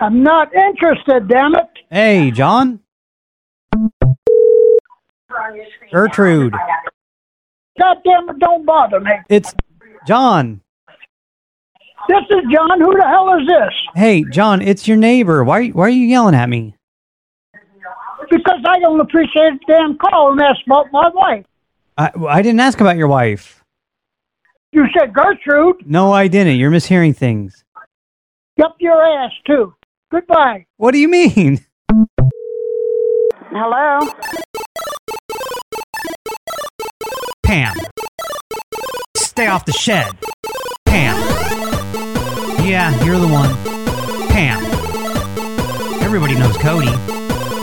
I'm not interested, damn it. Hey, John. Gertrude. God damn it, don't bother me. It's John. This is John. Who the hell is this? Hey, John, it's your neighbor. Why, why are you yelling at me? Because I don't appreciate the damn call and asked about my wife. I, I didn't ask about your wife. You said Gertrude. No, I didn't. You're mishearing things. Up your ass, too. Goodbye. What do you mean? Hello? Pam. Stay off the shed. Pam. Yeah, you're the one. Pam. Everybody knows Cody.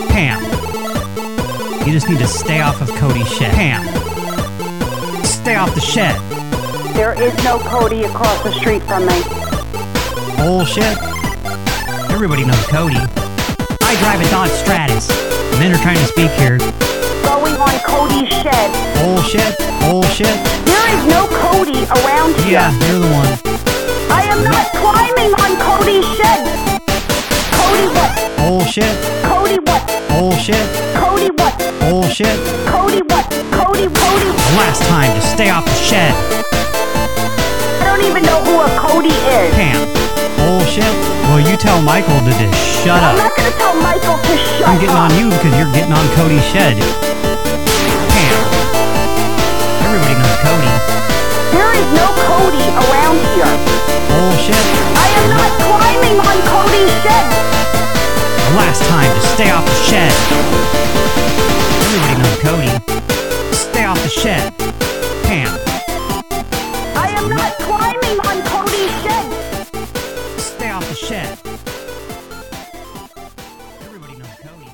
Pam. You just need to stay off of Cody's shed. Pam. Stay off the shed. There is no Cody across the street from me. Bullshit. Everybody knows Cody. I drive a Dodge Stratus. And then they're trying to speak here. Going on Cody's shed. Bullshit. Bullshit. There is no Cody around here. Yeah, you're the one. I am not climbing on Cody's shed. Cody what? Oh, Bullshit. Cody what? Oh, Bullshit. Cody what? Bullshit. Cody what? Cody, Cody. Oh, Last time, just stay off the shed. I don't even know who a Cody is. Pam. Bullshit. Well, you tell Michael to just shut I'm up. not gonna tell Michael to shut I'm getting up. on you because you're getting on Cody's shed. Pam. Everybody knows Cody. There is no Cody around here. Bullshit. I am not climbing on Cody's shed. Last time, just stay off the shed. Everybody knows Cody. Stay off the shed. Pam. I am not climbing on Cody's shed. Stay off the shed. Everybody knows Cody.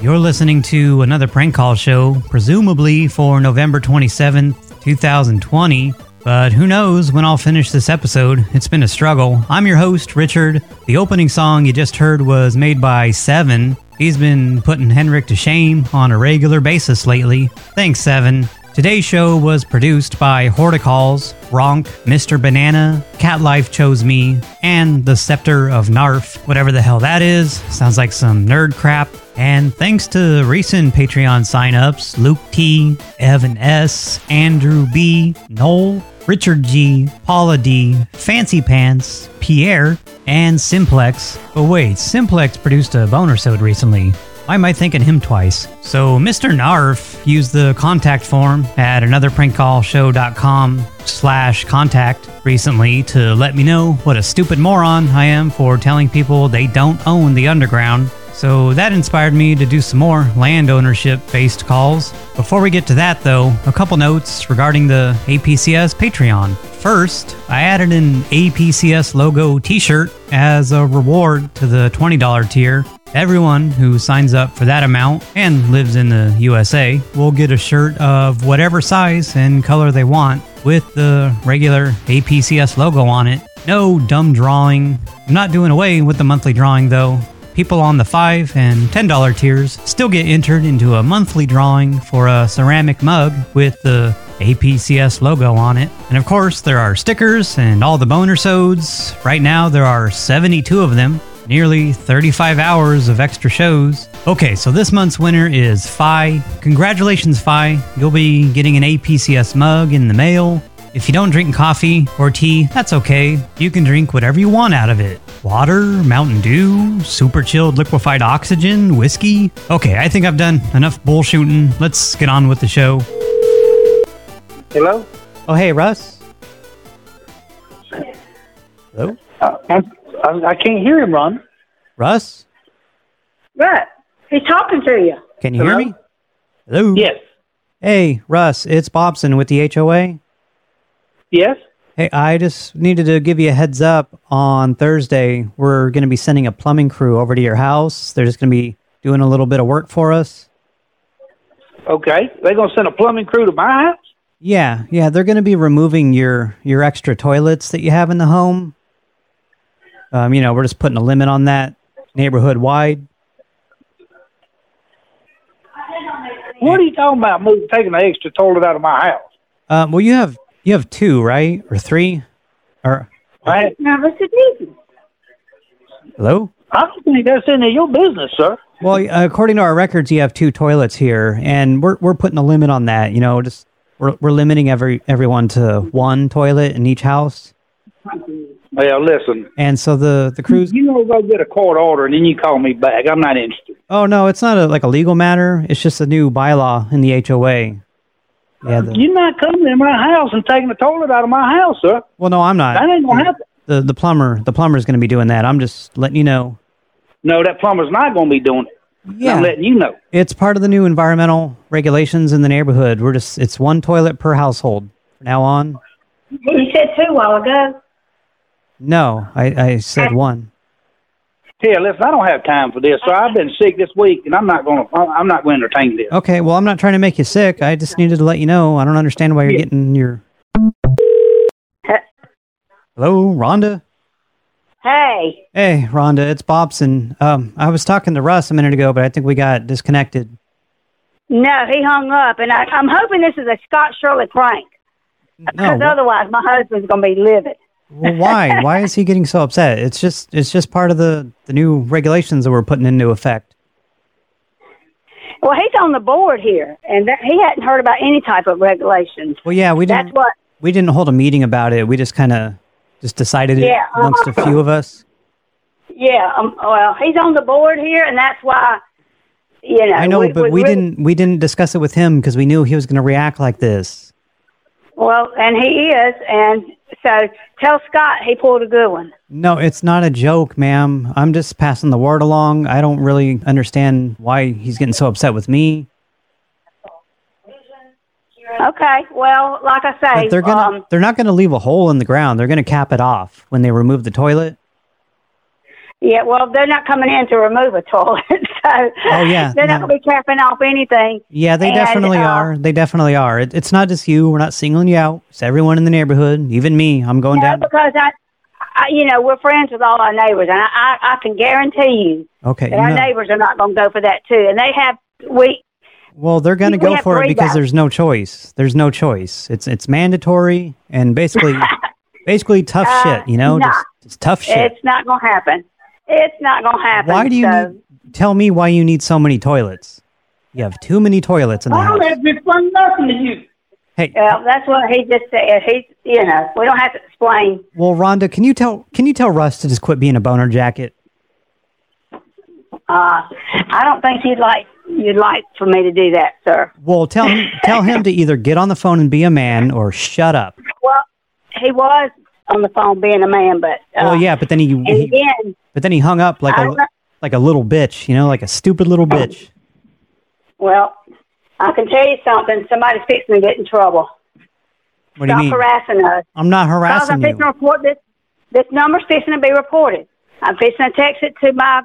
You're listening to another prank call show, presumably for November 27th, 2020. But who knows when I'll finish this episode? It's been a struggle. I'm your host, Richard. The opening song you just heard was made by Seven. He's been putting Henrik to shame on a regular basis lately. Thanks, Seven. Today's show was produced by Horticalls, Ronk, Mr. Banana, Cat Life Chose Me, and The Scepter of Narf, whatever the hell that is. Sounds like some nerd crap. And thanks to recent Patreon signups Luke T, Evan S, Andrew B, Noel, Richard G, Paula D, Fancy Pants, Pierre, and Simplex. But wait, Simplex produced a bonersode recently. Why am I thinking him twice? So Mr. Narf used the contact form at anotherprankcallshow.com slash contact recently to let me know what a stupid moron I am for telling people they don't own the underground. So that inspired me to do some more land ownership based calls. Before we get to that, though, a couple notes regarding the APCS Patreon. First, I added an APCS logo t shirt as a reward to the $20 tier. Everyone who signs up for that amount and lives in the USA will get a shirt of whatever size and color they want with the regular APCS logo on it. No dumb drawing. I'm not doing away with the monthly drawing though. People on the $5 and $10 tiers still get entered into a monthly drawing for a ceramic mug with the APCS logo on it. And of course, there are stickers and all the boner sodes. Right now, there are 72 of them, nearly 35 hours of extra shows. Okay, so this month's winner is Phi. Congratulations, Phi. You'll be getting an APCS mug in the mail. If you don't drink coffee or tea, that's okay. You can drink whatever you want out of it water, Mountain Dew, super chilled liquefied oxygen, whiskey. Okay, I think I've done enough bullshooting. Let's get on with the show. Hello? Oh, hey, Russ. Hello? Uh, I, I, I can't hear him, Ron. Russ? Right. He's talking to you. Can you hear Hello? me? Hello? Yes. Hey, Russ, it's Bobson with the HOA. Yes? Hey, I just needed to give you a heads up. On Thursday, we're going to be sending a plumbing crew over to your house. They're just going to be doing a little bit of work for us. Okay. They're going to send a plumbing crew to my house? Yeah, yeah, they're going to be removing your your extra toilets that you have in the home. Um, you know, we're just putting a limit on that neighborhood wide. What are you talking about, moving, taking the extra toilet out of my house? Um, well, you have you have two, right, or three, or I, Now, this is easy. Hello? I don't think that's any of your business, sir. Well, uh, according to our records, you have two toilets here, and we're we're putting a limit on that. You know, just we're we're limiting every everyone to one toilet in each house, Well, listen, and so the the crews. you know, go get a court order and then you call me back. I'm not interested. Oh no, it's not a, like a legal matter. It's just a new bylaw in the HOA. Yeah. The, You're not coming in my house and taking the toilet out of my house, sir. well, no, I'm That not. ain't gonna happen. The the plumber the plumber's going to be doing that. I'm just letting you know. No, that plumber's not gonna be doing it. I'm letting you know. It's part of the new environmental regulations in the neighborhood. We're just it's one toilet per household from now on. You said two while ago. No, I, I said one. Here, listen, I don't have time for this, sir. I've been sick this week, and I'm not gonna. I'm not gonna entertain this. Okay, well, I'm not trying to make you sick. I just needed to let you know. I don't understand why you're getting your. Hello, Rhonda. Hey, Hey, Rhonda, it's Bobson. Um, I was talking to Russ a minute ago, but I think we got disconnected. no, he hung up, and I, I'm hoping this is a Scott Shirley prank, No, because otherwise my husband's gonna be livid. well, why? Why is he getting so upset? It's just it's just part of the the new regulations that we're putting into effect. Well, he's on the board here, and that, he hadn't heard about any type of regulations. Well, yeah, we That's didn't what. we didn't hold a meeting about it. We just kind of just decided it Yeah, amongst a uh-huh. few of us. Yeah. Um, well, he's on the board here, and that's why. You know. I know, but we really- didn't we didn't discuss it with him because we knew he was going to react like this. Well, and he is, and so tell Scott he pulled a good one. No, it's not a joke, ma'am. I'm just passing the word along. I don't really understand why he's getting so upset with me. Okay. Well, like I say, But they're gonna um, they're not gonna leave a hole in the ground. They're gonna cap it off when they remove the toilet. yeah. Well, they're not coming in to remove a toilet, so Oh, yeah, they're not no. gonna be capping off anything. Yeah, they And, definitely uh, are. They definitely are. It, it's not just you. We're not singling you out. It's everyone in the neighborhood, even me. I'm going No, down. because I, I, you know, we're friends with all our neighbors, and I, I, I can guarantee you Okay. that our no. neighbors are not going to go for that too, and they have we. Well, they're going to We go have to for it worry because about- there's no choice. There's no choice. It's it's mandatory and basically basically tough Uh, shit. You know, nah. just, just tough shit. It's not going to happen. It's not going to happen. Why do you so- need? Tell me why you need so many toilets. You have too many toilets in the I house. don't have to explain nothing to you. Hey, Well, that's what he just said. He's, you know, we don't have to explain. well, Rhonda, can you tell can you tell Russ to just quit being a boner jacket? Uh, I don't think he'd like you'd like for me to do that, sir. Well, tell him tell him to either get on the phone and be a man or shut up. Well, he was on the phone being a man, but uh, Well, yeah, but then Oh, he, and he again, but then he hung up like I Oh, don't a know. like a little bitch, you know, like a stupid little bitch. well, I can tell you something. Somebody's fixing to get in trouble. What do you Stop mean? harassing us. I'm not Because I'm harassing you. fixing to report this. This number's fixing to be reported. I'm fixing to text it to my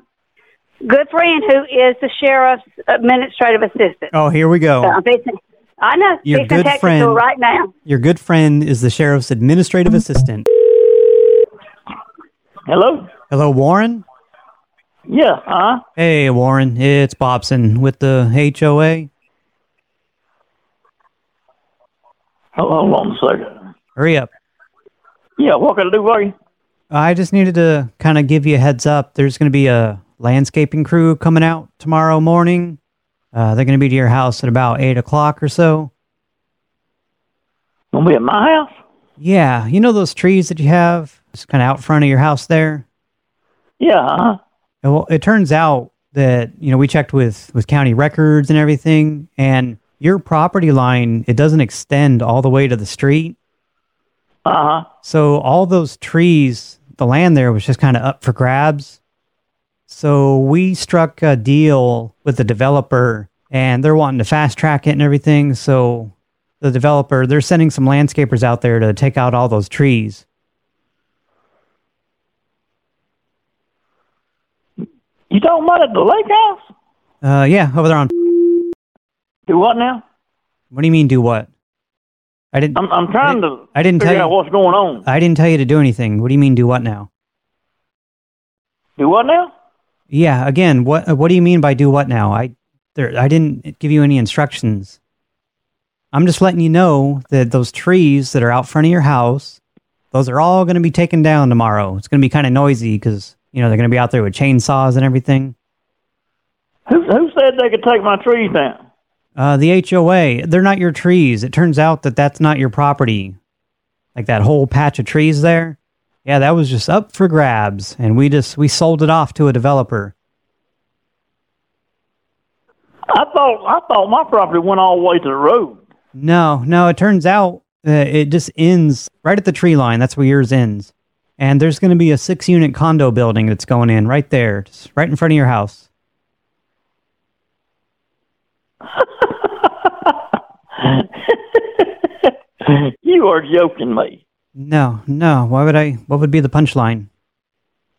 good friend who is the sheriff's administrative assistant. Oh, here we So go. I'm fixing. I know. Your fixing to good text it to her friend- right now. Your good friend is the sheriff's administrative assistant. Hello. Hello, Warren. Yeah. Uh. Hey, Warren. It's Bobson with the HOA. Oh, Hold, hold on a second. Hurry up. Yeah. What can I do for you? I just needed to kind of give you a heads up. There's going to be a landscaping crew coming out tomorrow morning. Uh, they're going to be to your house at about 8 o'clock or so. Gonna be at my house? Yeah, you know those trees that you have? It's kind of out front of your house there. Yeah. Uh. And, Well, it turns out that, you know, we checked with, with county records and everything, and your property line, it doesn't extend all the way to the street. Uh huh. So all those trees, the land there was just kind of up for grabs. So we struck a deal with the developer and they're wanting to fast track it and everything. So the developer, they're sending some landscapers out there to take out all those trees. You talking about at the lake house? Uh, yeah, over there on. Do what now? What do you mean do what? I didn't, I'm I'm trying to I didn't tell figure out you, what's going on. I didn't tell you to do anything. What do you mean do what now? Do what now? Yeah. Again, what, uh, what do you mean by do what now? I, there, I didn't give you any instructions. I'm just letting you know that those trees that are out front of your house, those are all going to be taken down tomorrow. It's going to be kind of noisy because, You know, they're going to be out there with chainsaws and everything. Who, who said they could take my trees down? Uh, the HOA, they're not your trees. It turns out that that's not your property. Like that whole patch of trees there. Yeah, that was just up for grabs, and we just we sold it off to a developer. I thought I thought my property went all the way to the road. No, no, it turns out uh, it just ends right at the tree line. That's where yours ends. And there's going to be a six unit condo building that's going in right there, just right in front of your house. you are joking me. No, no. Why would I? What would be the punchline?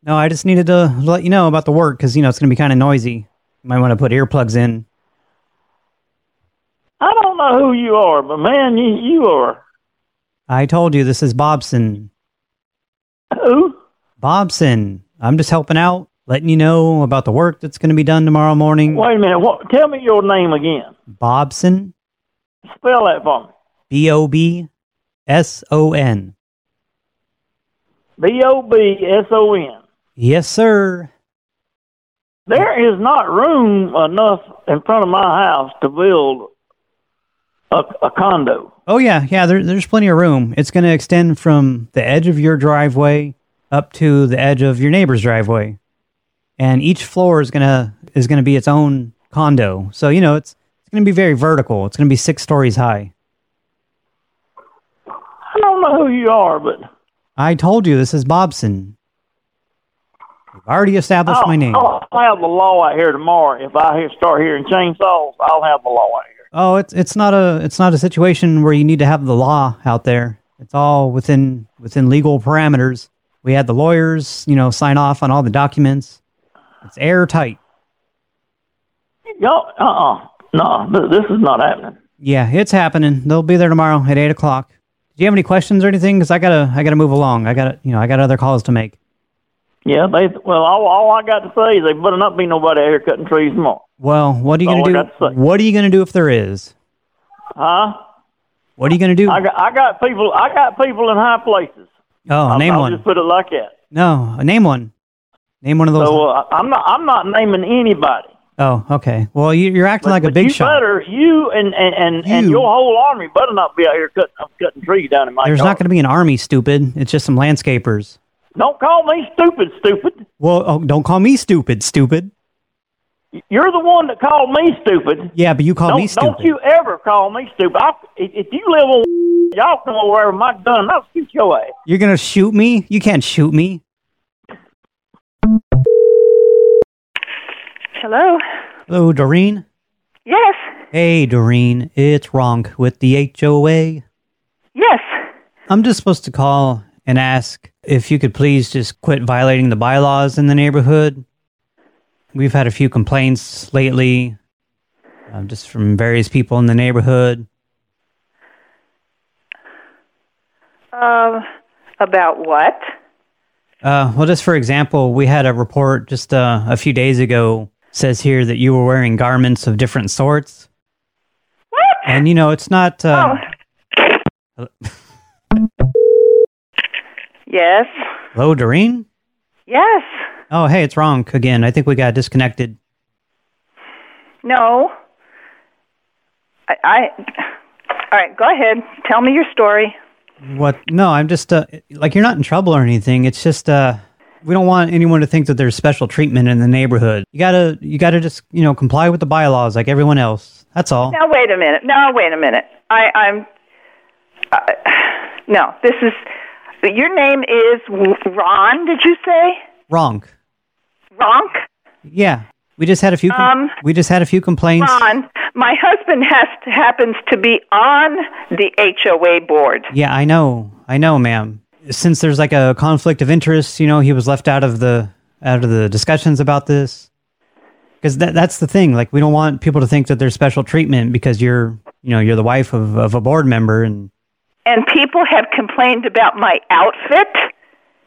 No, I just needed to let you know about the work because, you know, it's going to be kind of noisy. You might want to put earplugs in. I don't know who you are, but man, you, you are. I told you this is Bobson. Who? Bobson. I'm just helping out, letting you know about the work that's going to be done tomorrow morning. Wait a minute. What, tell me your name again. Bobson. Spell that for me. B O B S O N. B O B S O N. Yes, sir. There is not room enough in front of my house to build a, a condo. Oh yeah, yeah. There, there's plenty of room. It's going to extend from the edge of your driveway up to the edge of your neighbor's driveway, and each floor is gonna is gonna be its own condo. So you know it's it's going to be very vertical. It's going to be six stories high. I don't know who you are, but I told you this is Bobson. I've already established I'll, my name. I'll Oh, have the law out here tomorrow. If I hear, start hearing chainsaws, I'll have the law out here. Oh, it's it's not a it's not a situation where you need to have the law out there. It's all within within legal parameters. We had the lawyers, you know, sign off on all the documents. It's airtight. Y'all, uh-uh. No, th- this is not happening. Yeah, it's happening. They'll be there tomorrow at eight o'clock. Do you have any questions or anything? Because I gotta I gotta move along. I gotta you know I got other calls to make. Yeah, they, well, all, all I got to say is there better not be nobody out here cutting trees tomorrow. Well, what are you That's all Oh, I gonna do? got to say. What are you gonna do if there is? Huh? What are you gonna do? I got, I got people, I got people in high places. oh, I'll- name I'll one. just put it like that. No, name one. Name one of those. So uh, I'm not, I'm not naming anybody. oh, okay. Well, you, you're acting like a But big you shot. Better, you and and and, and You. your whole army better not be out here cutting I'm cutting trees down in my There's yard. not going to be an army, stupid. It's just some landscapers. Don't call me stupid, stupid. Well, oh, don't call me stupid, stupid. You're the one that called me stupid. Yeah, but you call don't, me stupid. don't you ever call me stupid. I, if if you live on, y'all come over here with my gun. and I'll shoot your ass. You're going to shoot me? You can't shoot me. Hello? Hello, Doreen. Yes. Hey, Doreen. It's Ronk with the HOA. Yes. I'm just supposed to call and ask if you could please just quit violating the bylaws in the neighborhood. We've had a few complaints lately, um, just from various people in the neighborhood. Um, about what? Uh, well, just for example, we had a report just uh, a few days ago says here that you were wearing garments of different sorts. What? And you know, it's not. Uh, Yes. Hello, Doreen. Yes. Oh, hey, it's wrong again. I think we got disconnected. No. I, I. All right, go ahead. Tell me your story. What? No, I'm just uh, like you're not in trouble or anything. It's just uh, we don't want anyone to think that there's special treatment in the neighborhood. You gotta, you gotta just you know comply with the bylaws like everyone else. That's all. Now wait a minute. Now wait a minute. I, I'm. I, no, this is. Your name is Ron. Did you say Wrong. Ronk? Yeah, we just had a few. com- Um, we just had a few complaints. Ron. My husband has happens to be on the HOA board. Yeah, I know. I know, ma'am. Since there's like a conflict of interest, you know, he was left out of the out of the discussions about this. Cuz that that's the thing. Like we don't want people to think that there's special treatment because you're, you know, you're the wife of of a board member and and people have complained about my outfit.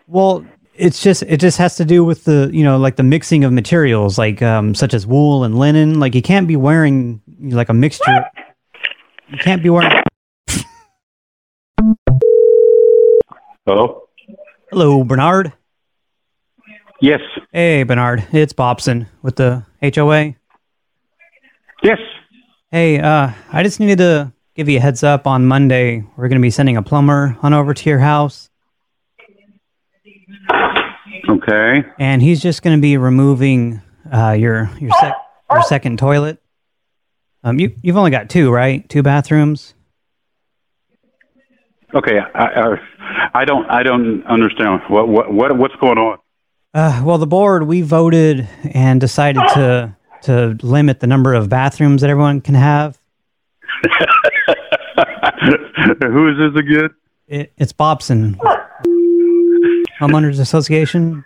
well, it's just it just has to do with the, you know, like the mixing of materials like um such as wool and linen. Like you can't be wearing like a mixture. You can't be wearing Hello? Hello, Bernard. Yes. Hey, Bernard, it's Bobson with the HOA. Yes. Hey, uh, I just needed to give you a heads up. On Monday, we're going to be sending a plumber on over to your house, Okay. and he's just going to be removing uh, your your sec- your second toilet. Um, you you've only got two, right? Two bathrooms. Okay. I, I, I don't. I don't understand what what what what's going on. Uh, well, the board we voted and decided to to limit the number of bathrooms that everyone can have. Who is this again? It, it's Bobson, homeowners association.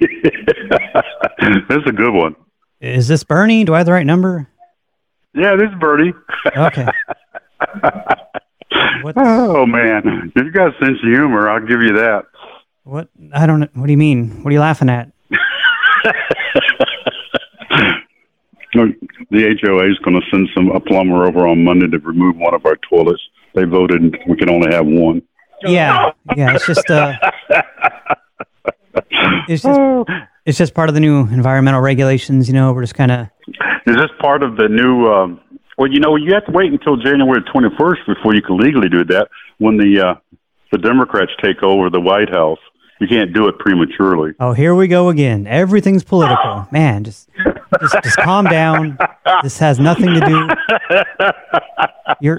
this is a good one. Is this Bernie? Do I have the right number? Yeah, this is Bertie. Okay. What's- Oh man, you got a sense of humor. I'll give you that. What? I don't. know. What do you mean? What are you laughing at? The HOA is going to send some a plumber over on Monday to remove one of our toilets. They voted we can only have one. Yeah, yeah. It's just uh, it's just it's just part of the new environmental regulations. You know, we're just kind of Is this part of the new? Um, well, you know, you have to wait until January 21st before you can legally do that. When the uh, the Democrats take over the White House, you can't do it prematurely. oh, here we go again. Everything's political, man. Just just just calm down. This has nothing to do. You're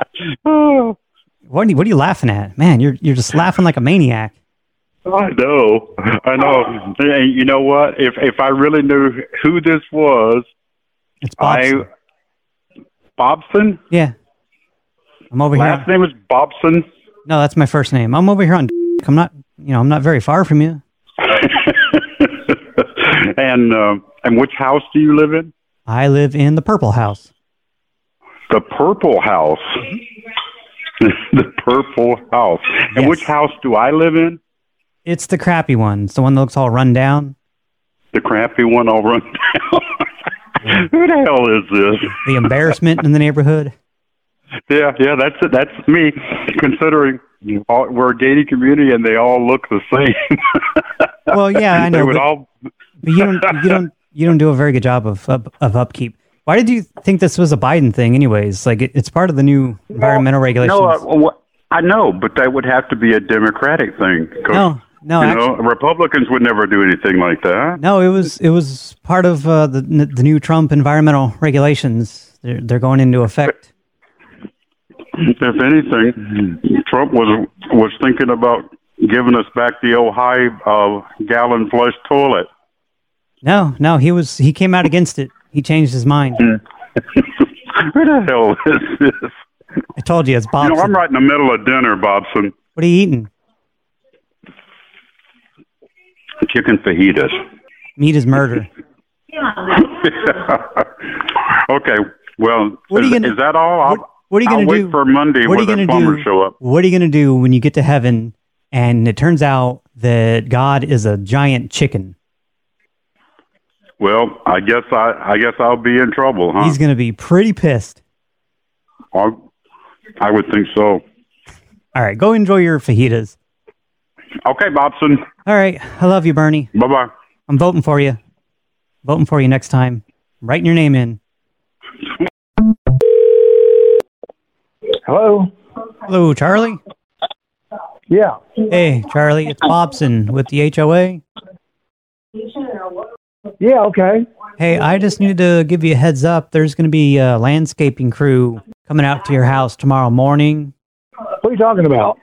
what? Are you, what are you laughing at, man? You're you're just laughing like a maniac. I know, I know. And you know what? If if I really knew who this was, It's Bobson. I Bobson. yeah, I'm over here. Last name is Bobson. No, that's my first name. I'm over here on. I'm not. You know, I'm not very far from you. and um and which house do you live in? I live in the purple house. The Purple House. the Purple House. And Yes. which house do I live in? It's the crappy one. It's the one that looks all run down. The crappy one I'll run down. Who the hell is this? The embarrassment in the neighborhood. Yeah, yeah, that's it. That's me. Considering all, we're a gated community and they all look the same. Well, Oh, yeah, I they know, would but, all. but you don't, you don't, you don't do a very good job of of, of upkeep. Why did you think this was a Biden thing, anyways? Like, it, it's part of the new environmental regulations. No, uh, wha- I know, but that would have to be a Democratic thing. 'cause, no, no, you actually, know, Republicans would never do anything like that. no. It was, it was part of uh, the the new Trump environmental regulations. They're they're going into effect. If anything, Trump was was thinking about giving us back the old high uh, gallon flush toilet. No, no, he was he came out against it. He changed his mind. Hmm. Who the hell is this? I told you, it's You Bobson. know, I'm right in the middle of dinner, Bobson. What are you eating? Chicken fajitas. Meat is murder. okay. Well, What are is, you gonna- is that all? I'll, what- what are you I'll gonna wait do- for Monday what are when you the gonna plumbers do? show up. What are you gonna do when you get to heaven and it turns out that God is a giant chicken? Well, I guess I, I guess I'll be in trouble, huh? He's gonna be pretty pissed. I'll- I would think so. All right, go enjoy your fajitas. Okay, Bobson. All right, I love you, Bernie. Bye bye. I'm voting for you. Voting for you next time. writing your name in. Hello? Hello, Charlie. Yeah. Hey, Charlie, it's Bobson with the HOA. Yeah, okay. Hey, I just needed to give you a heads up. There's going to be a landscaping crew coming out to your house tomorrow morning. What are you talking about?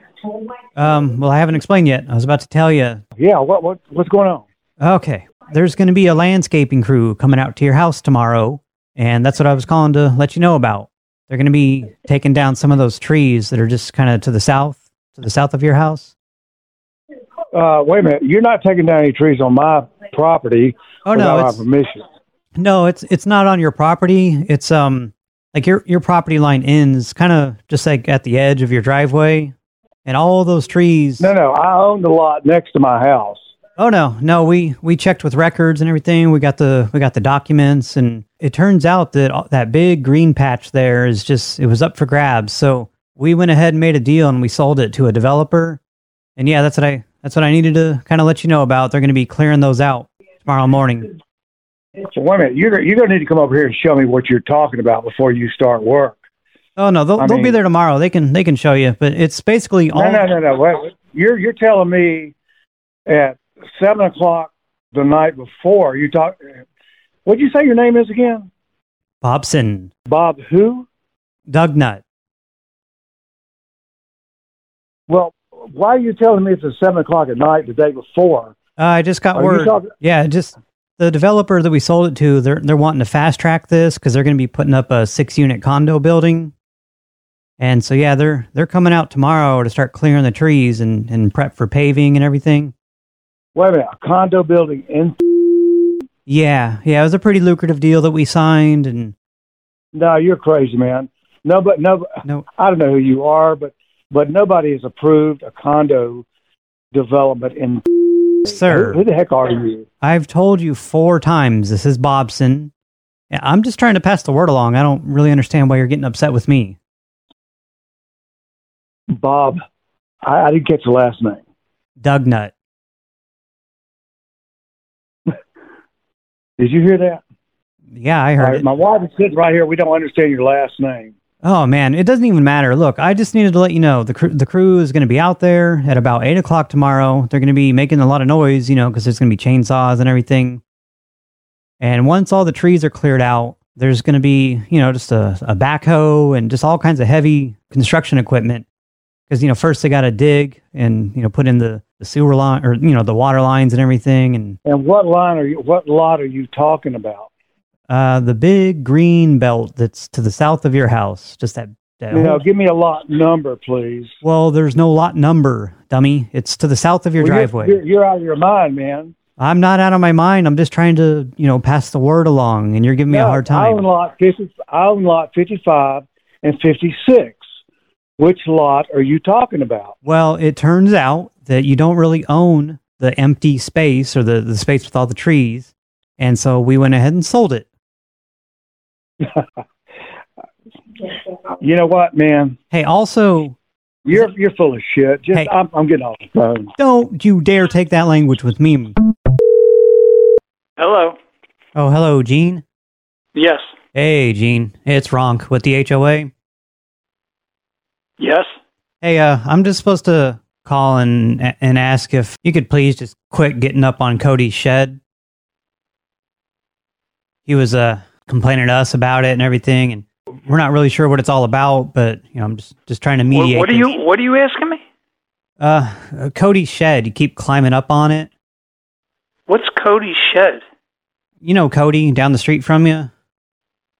Um, well, I haven't explained yet. I was about to tell you. Yeah, what what what's going on? Okay. There's going to be a landscaping crew coming out to your house tomorrow. And that's what I was calling to let you know about. They're going to be taking down some of those trees that are just kind of to the south, to the south of your house. Uh, wait a minute. You're not taking down any trees on my property Oh, without no. my It's, permission. No, it's it's not on your property. It's um like your your property line ends kind of just like at the edge of your driveway, and all those trees. No, no. I own the lot next to my house. Oh no, no, we we checked with records and everything. We got the we got the documents, and it turns out that all- that big green patch there is just it was up for grabs. So we went ahead and made a deal, and we sold it to a developer. And yeah, that's what I that's what I needed to kind of let you know about. They're going to be clearing those out. tomorrow morning. So wait a minute, you're you're gonna need to come over here and show me what you're talking about before you start work. Oh no, they'll, I they'll be mean- there tomorrow. They can they can show you, but it's basically all No, no, no, no. Wait, wait. you're you're telling me at seven o'clock the night before you talk. What'd you say your name is again? Bobson, Bob who? Doug Nut. Well, why are you telling me it's at seven o'clock at night the day before? Uh, I just got Are you word. talking- yeah, just the developer that we sold it to. They're they're wanting to fast track this because they're going to be putting up a six unit condo building, and so yeah, they're they're coming out tomorrow to start clearing the trees and and prep for paving and everything. Wait a minute, a condo building in? Yeah, yeah, it was a pretty lucrative deal that we signed, and No, you're crazy, man. No, but no, No. I don't know who you are, but but nobody has approved a condo development in. sir, Who, who the heck are you? I've told you four times this is Bobson. Yeah, I'm just trying to pass the word along. I don't really understand why you're getting upset with me. Bob, I, I didn't catch the last name. Doug Nut. Did you hear that? Yeah, I All heard right, it. my wife is sitting right here. We don't understand your last name. Oh man, it doesn't even matter. Look, I just needed to let you know the crew, the crew is going to be out there at about eight o'clock tomorrow. They're going to be making a lot of noise, you know, because there's going to be chainsaws and everything. And once all the trees are cleared out, there's going to be you know just a, a backhoe and just all kinds of heavy construction equipment. Because you know first they got to dig and you know put in the, the sewer line or you know the water lines and everything and And what line are you? What lot are you talking about? uh, the big green belt that's to the south of your house, just that. that You whole- know, give me a lot number, please. Well, there's no lot number, dummy. It's to the south of your Well, you're- driveway. You're, you're out of your mind, man. I'm not out of my mind. I'm just trying to, you know, pass the word along, and you're giving me a No, hard I time. own lot fifty. I own lot fifty-five and fifty-six. Which lot are you talking about? Well, it turns out that you don't really own the empty space or the, the space with all the trees. And so we went ahead and sold it. You know what, man? Hey, also, You're you're full of shit. Just Hey. I'm, I'm getting off the phone. don't you dare take that language with me. Hello. Oh, hello, Gene. Yes. Hey, Gene. It's Ronk with the HOA. Yes. Hey, uh, I'm just supposed to call and and ask if you could please just quit getting up on Cody's shed. He was uh complaining to us about it and everything, and we're not really sure what it's all about. But you know, I'm just just trying to What, mediate. what are this. you What are you asking me? Uh, uh, Cody's shed. You keep climbing up on it. What's Cody's shed? You know Cody down the street from you.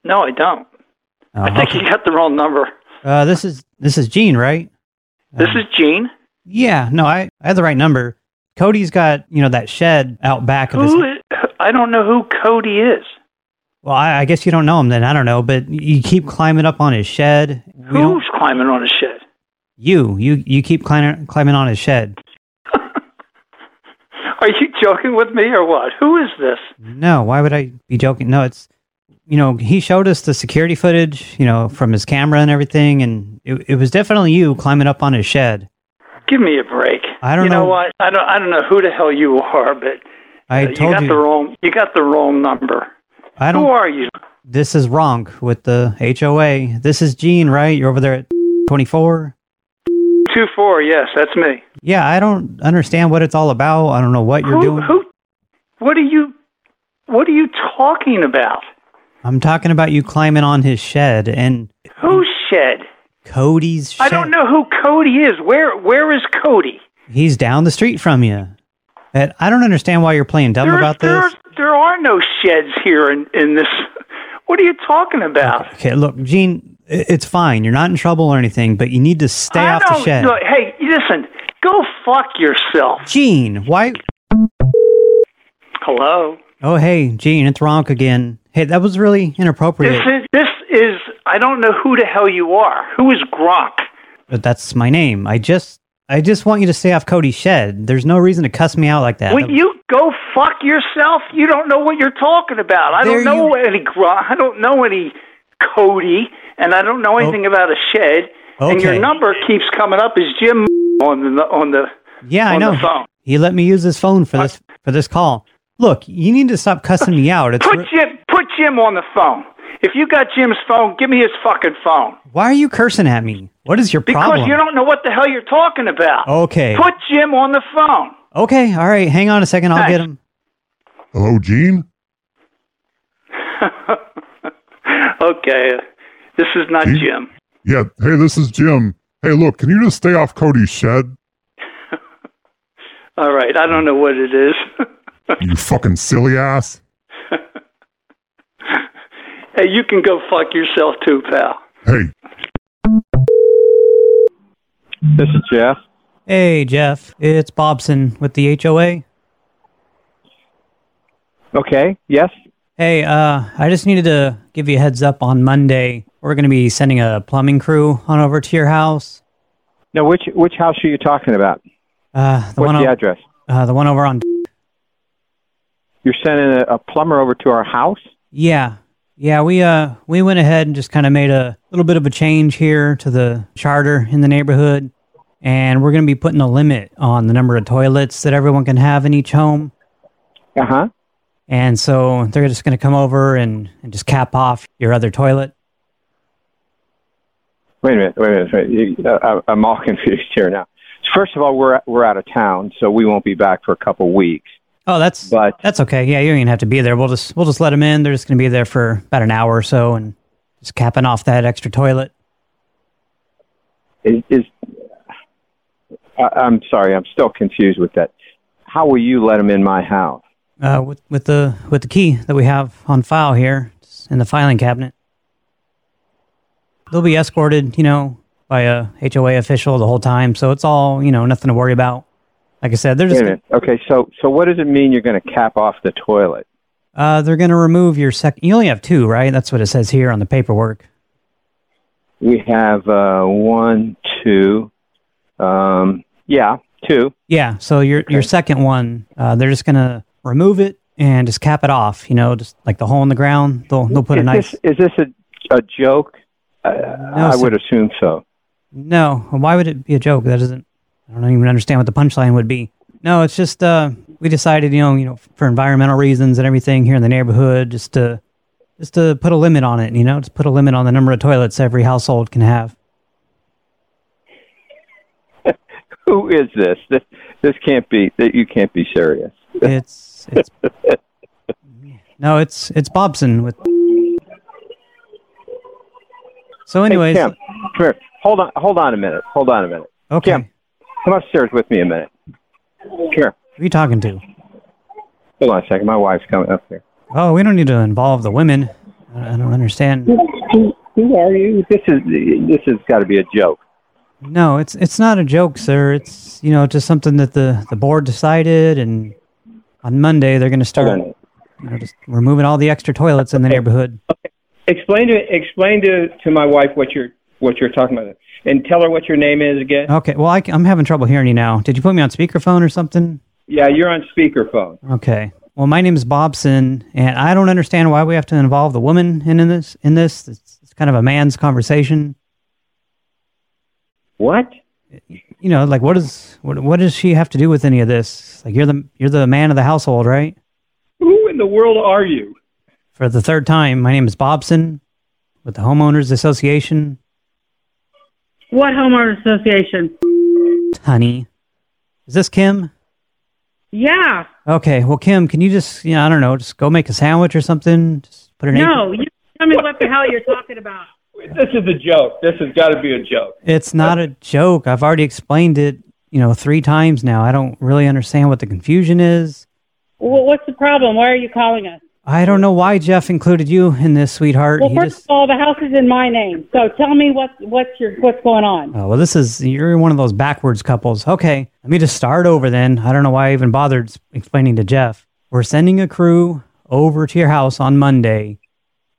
No, I don't. Oh, I think okay. you got the wrong number. uh, this is this is Gene, right? This Um, is Gene. yeah. No, I I had the right number. Cody's got you know that shed out back of his. Who? i- I don't know who Cody is. Well, I, I guess you don't know him then. I don't know, but you keep climbing up on his shed. We don't, Who's climbing on a shed? you, you, you keep climbing climbing on his shed. Are you joking with me or what? Who is this? No, why would I be joking? No, it's you know he showed us the security footage, you know, from his camera and everything, and it, it was definitely you climbing up on his shed. Give me a break. I don't you know. know. what? I don't. I don't know who the hell you are, but I uh, you told got you, the wrong. You got the wrong number. I Who don't. are you? This is wrong with the HOA. This is Gene, right? You're over there at twenty four. Two four. Yes, that's me. Yeah, I don't understand what it's all about. I don't know what you're who, doing. who? What are you? What are you talking about? I'm talking about you climbing on his shed and Whose shed? Cody's shed. I don't know who Cody is. Where where is Cody? He's down the street from you. But I don't understand why you're playing dumb There, about there, this. there are no sheds here in, in this. What are you talking about? Okay, look, Gene, i- it's fine. You're not in trouble or anything, but you need to stay I off the don't- shed. Look, hey, listen. Go fuck yourself. Gene, why? Hello. Oh, hey, Gene, it's Ronk again. Hey, that was really This inappropriate, is this is. I don't know who the hell you are. Who is Gronk? but that's my name. I just, I just want you to stay off Cody's shed. There's no reason to cuss me out like that. Will you go fuck yourself? You don't know what you're talking about. I don't There know any Gronk. I don't know any Cody, and I don't know anything about a shed. And Oh. Okay. your number keeps coming up as Jim on the on the yeah, I on the know. phone. He let me use his phone for this for this call. Look, you need to stop cussing me out. It's Put re- Jim, put Jim on the phone. If you got Jim's phone, give me his fucking phone. why are you cursing at me? What is your Because problem? you don't know what the hell you're talking about. Okay. Put Jim on the phone. Okay, all right. Hang on a second. I'll Hey. get him. Hello, Gene. okay, this is not Gene? Jim. Yeah. Hey, this is Jim. Hey, look, can you just stay off Cody's shed? All right, I don't know what it is. You fucking silly ass. hey, you can go fuck yourself too, pal. Hey, This is Jeff. Hey, Jeff. It's Bobson with the HOA. Okay. Yes. Hey, uh, I just needed to give you a heads up on Monday. We're going to be sending a plumbing crew on over to your house. Now, which which house are you talking about? Uh, the What's one the o- address? Uh, the one over on. You're sending a, a plumber over to our house. Yeah, yeah. We uh we went ahead and just kind of made a little bit of a change here to the charter in the neighborhood, and we're going to be putting a limit on the number of toilets that everyone can have in each home. Uh huh. And so they're just going to come over and, and just cap off your other toilet. Wait a minute. Wait a minute. Wait, you- uh, I- I'm all confused here now. First of all, we're we're out of town, so we won't be back for a couple weeks. Oh, that's But that's okay. Yeah, you don't even have to be there. We'll just we'll just let them in. They're just going to be there for about an hour or so, and just capping off that extra toilet. is, is I, I'm sorry, I'm still confused with that. How will you let him in my house? Uh, with with the with the key that we have on file here it's in the filing cabinet. They'll be escorted, you know, by a HOA official the whole time, so it's all you know, nothing to worry about. Like I said, they're Wait just a minute. Okay. So so what does it mean you're going to cap off the toilet? uh, they're going to remove your second. You only have two, right? That's what it says here on the paperwork. We have uh, one, two, um, yeah, two. Yeah, so your your second one, uh, they're just going to remove it and just cap it off. You know, just like the hole in the ground. They'll they'll put a is nice. This, is this a, a joke? Uh, I would assume so. No, why would it be a joke? That doesn't. I don't even understand what the punchline would be. No, it's just uh, we decided, you know, you know, for environmental reasons and everything here in the neighborhood, just to just to put a limit on it. You know, just put a limit on the number of toilets every household can have. Who is this? This this can't be. That you can't be serious. It's it's no, it's it's Bobson with. So, anyways, hey, Kim, come here. Hold on. Hold on a minute. Hold on a minute. okay, Kim, come upstairs with me a minute. Come here. who are you talking to? Hold on a second. My wife's coming up here. Oh, we don't need to involve the women. I I don't understand. Who are you? This is this has got to be a joke. No, it's it's not a joke, sir. It's you know just something that the the board decided, and on Monday they're going to start minute. you know, just removing all the extra toilets in the neighborhood. Explain to explain to, to my wife what you're what you're talking about, and tell her what your name is again. Okay, well I, am having trouble hearing you now. Did you put me on speakerphone or something? Yeah, you're on speakerphone. Okay. Well, my name is Bobson, and I don't understand why we have to involve the woman in, in this. In this, it's, it's kind of a man's conversation. What? You know, like what is what what does she have to do with any of this? Like you're the you're the man of the household, right? Who in the world are you? For the third time, my name is Bobson with the Homeowners Association. What homeowner association? Honey, is this Kim? Yeah. Okay, well, Kim, can you just, you know, I don't know, just go make a sandwich or something? Just put an No, you tell me what the hell you're talking about. This is a joke. This has got to be a joke. It's not a joke. I've already explained it, you know, three times now. I don't really understand what the confusion is. Wh- What's the problem? Why are you calling us? I don't know why Jeff included you in this, sweetheart. Well, He first just- of all, the house is in my name, so tell me what what's your what's going on. Oh, well, this is, you're one of those backwards couples. Okay, let me just start over then. I don't know why I even bothered s- explaining to Jeff. We're sending a crew over to your house on Monday,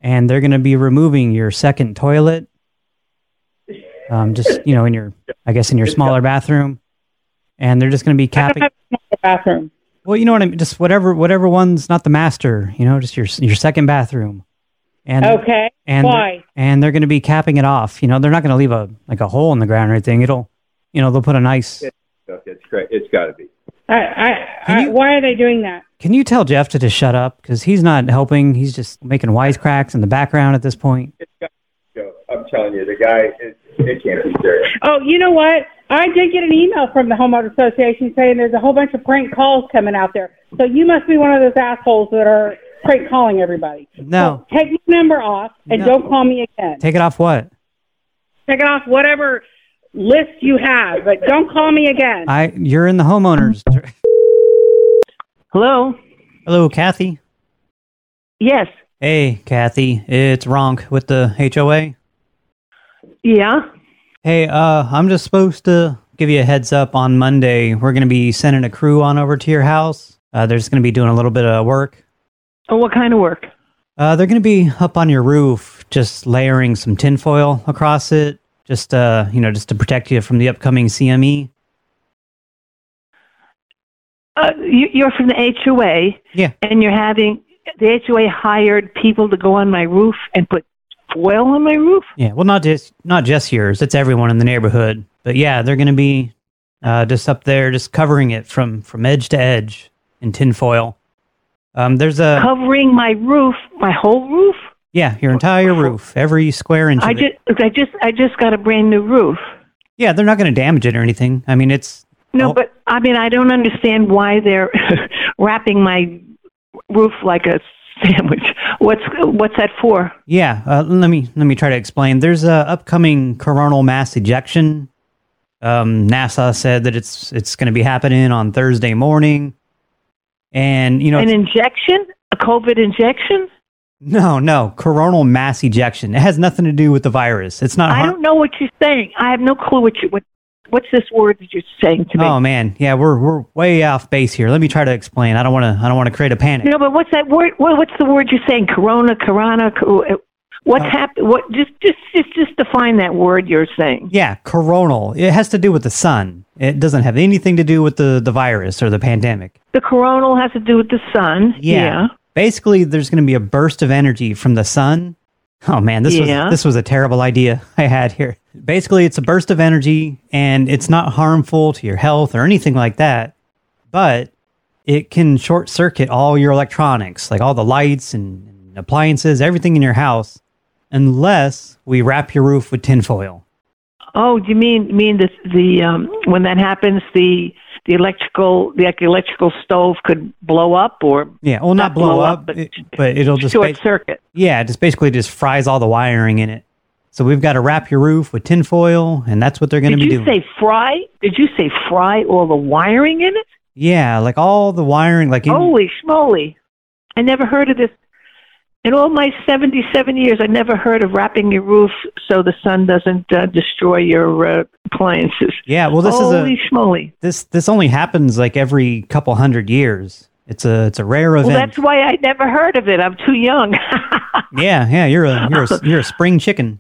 and they're going to be removing your second toilet. Um, just, you know, in your, I guess, in your smaller bathroom. And they're just going to be capping. bathroom. Well, you know what I mean? Just whatever, whatever one's not the master, you know, just your, your second bathroom. And okay. and they're- Why? and they're going to be capping it off. You know, they're not going to leave a like a hole in the ground or anything. It'll, you know, they'll put a nice. It's great. It's got to be. I, I, I, why are they doing that? Can you tell Jeff to just shut up? Because he's not helping. He's just making wisecracks in the background at this point. I'm telling you, the guy, it, it can't be serious. Oh, you know what? I did get an email from the homeowner association saying there's a whole bunch of prank calls coming out there. So you must be one of those assholes that are prank calling everybody. No. Take my number off and No. don't call me again. Take it off what? Take it off whatever list you have, but don't call me again. I you're in the homeowners. Hello. Hello, Kathy. Yes. Hey, Kathy. It's Ronk with the HOA. Yeah. Hey, uh, I'm just supposed to give you a heads up on Monday. We're going to be sending a crew on over to your house. Uh, they're just going to be doing a little bit of work. Oh, what kind of work? Uh, they're going to be up on your roof, just layering some tinfoil across it, just uh, you know, just to protect you from the upcoming E. CME. Uh, you, you're from the HOA. Yeah. And you're having the HOA hired people to go on my roof and put foil on my roof. Yeah, well, not just not just yours. It's everyone in the neighborhood. But yeah, they're going to be uh, just up there, just covering it from from edge to edge in tinfoil. Um, there's a covering my roof, my whole roof. yeah, your entire roof, every square inch. I of it. just, I just, I just got a brand new roof. Yeah, they're not going to damage it or anything. I mean, it's No, but I mean, I don't understand why they're wrapping my roof like a sandwich. What's, what's that for? yeah. Uh, let me let me try to explain. There's a upcoming coronal mass ejection. Um, NASA said that it's it's going to be happening on Thursday morning, and you know An it's- injection? A COVID injection? No, no. Coronal mass ejection. It has nothing to do with the virus. It's not. I Har- don't know what you're saying. I have no clue what you what what's this word that you're saying to me. oh man, yeah, we're we're way off base here. Let me try to explain. I don't want to. I don't want to create a panic. No, but what's that word? What, what's the word you're saying? Corona, corona. co- uh, Oh. What's hap- What just just just just define that word you're saying. Yeah, coronal. It has to do with the sun. It doesn't have anything to do with the the virus or the pandemic. The coronal has to do with the sun. Basically, there's going to be a burst of energy from the sun. Oh man, this Yeah. was this was a terrible idea I had here. Basically, it's a burst of energy and it's not harmful to your health or anything like that, but it can short circuit all your electronics, like all the lights and, and appliances, everything in your house, unless we wrap your roof with tinfoil. Oh, do you mean mean the the um, when that happens the the electrical the like, electrical stove could blow up or Yeah, well, not, blow, up, but it- but it'll just short ba- circuit. Yeah, it just basically just fries all the wiring in it. So we've got to wrap your roof with tinfoil, and that's what they're going to Did be you doing. say fry? Did you say fry all the wiring in it? yeah, like all the wiring, like in, Holy schmoly! I never heard of this. In all my seventy-seven years, I never heard of wrapping your roof so the sun doesn't uh, destroy your uh, appliances. yeah. Well, this Holy is a schmoly! this this only happens like every couple hundred years. It's a it's a rare Well, event. that's why I never heard of it. I'm too young. yeah, yeah. You're a you're a, you're a spring chicken.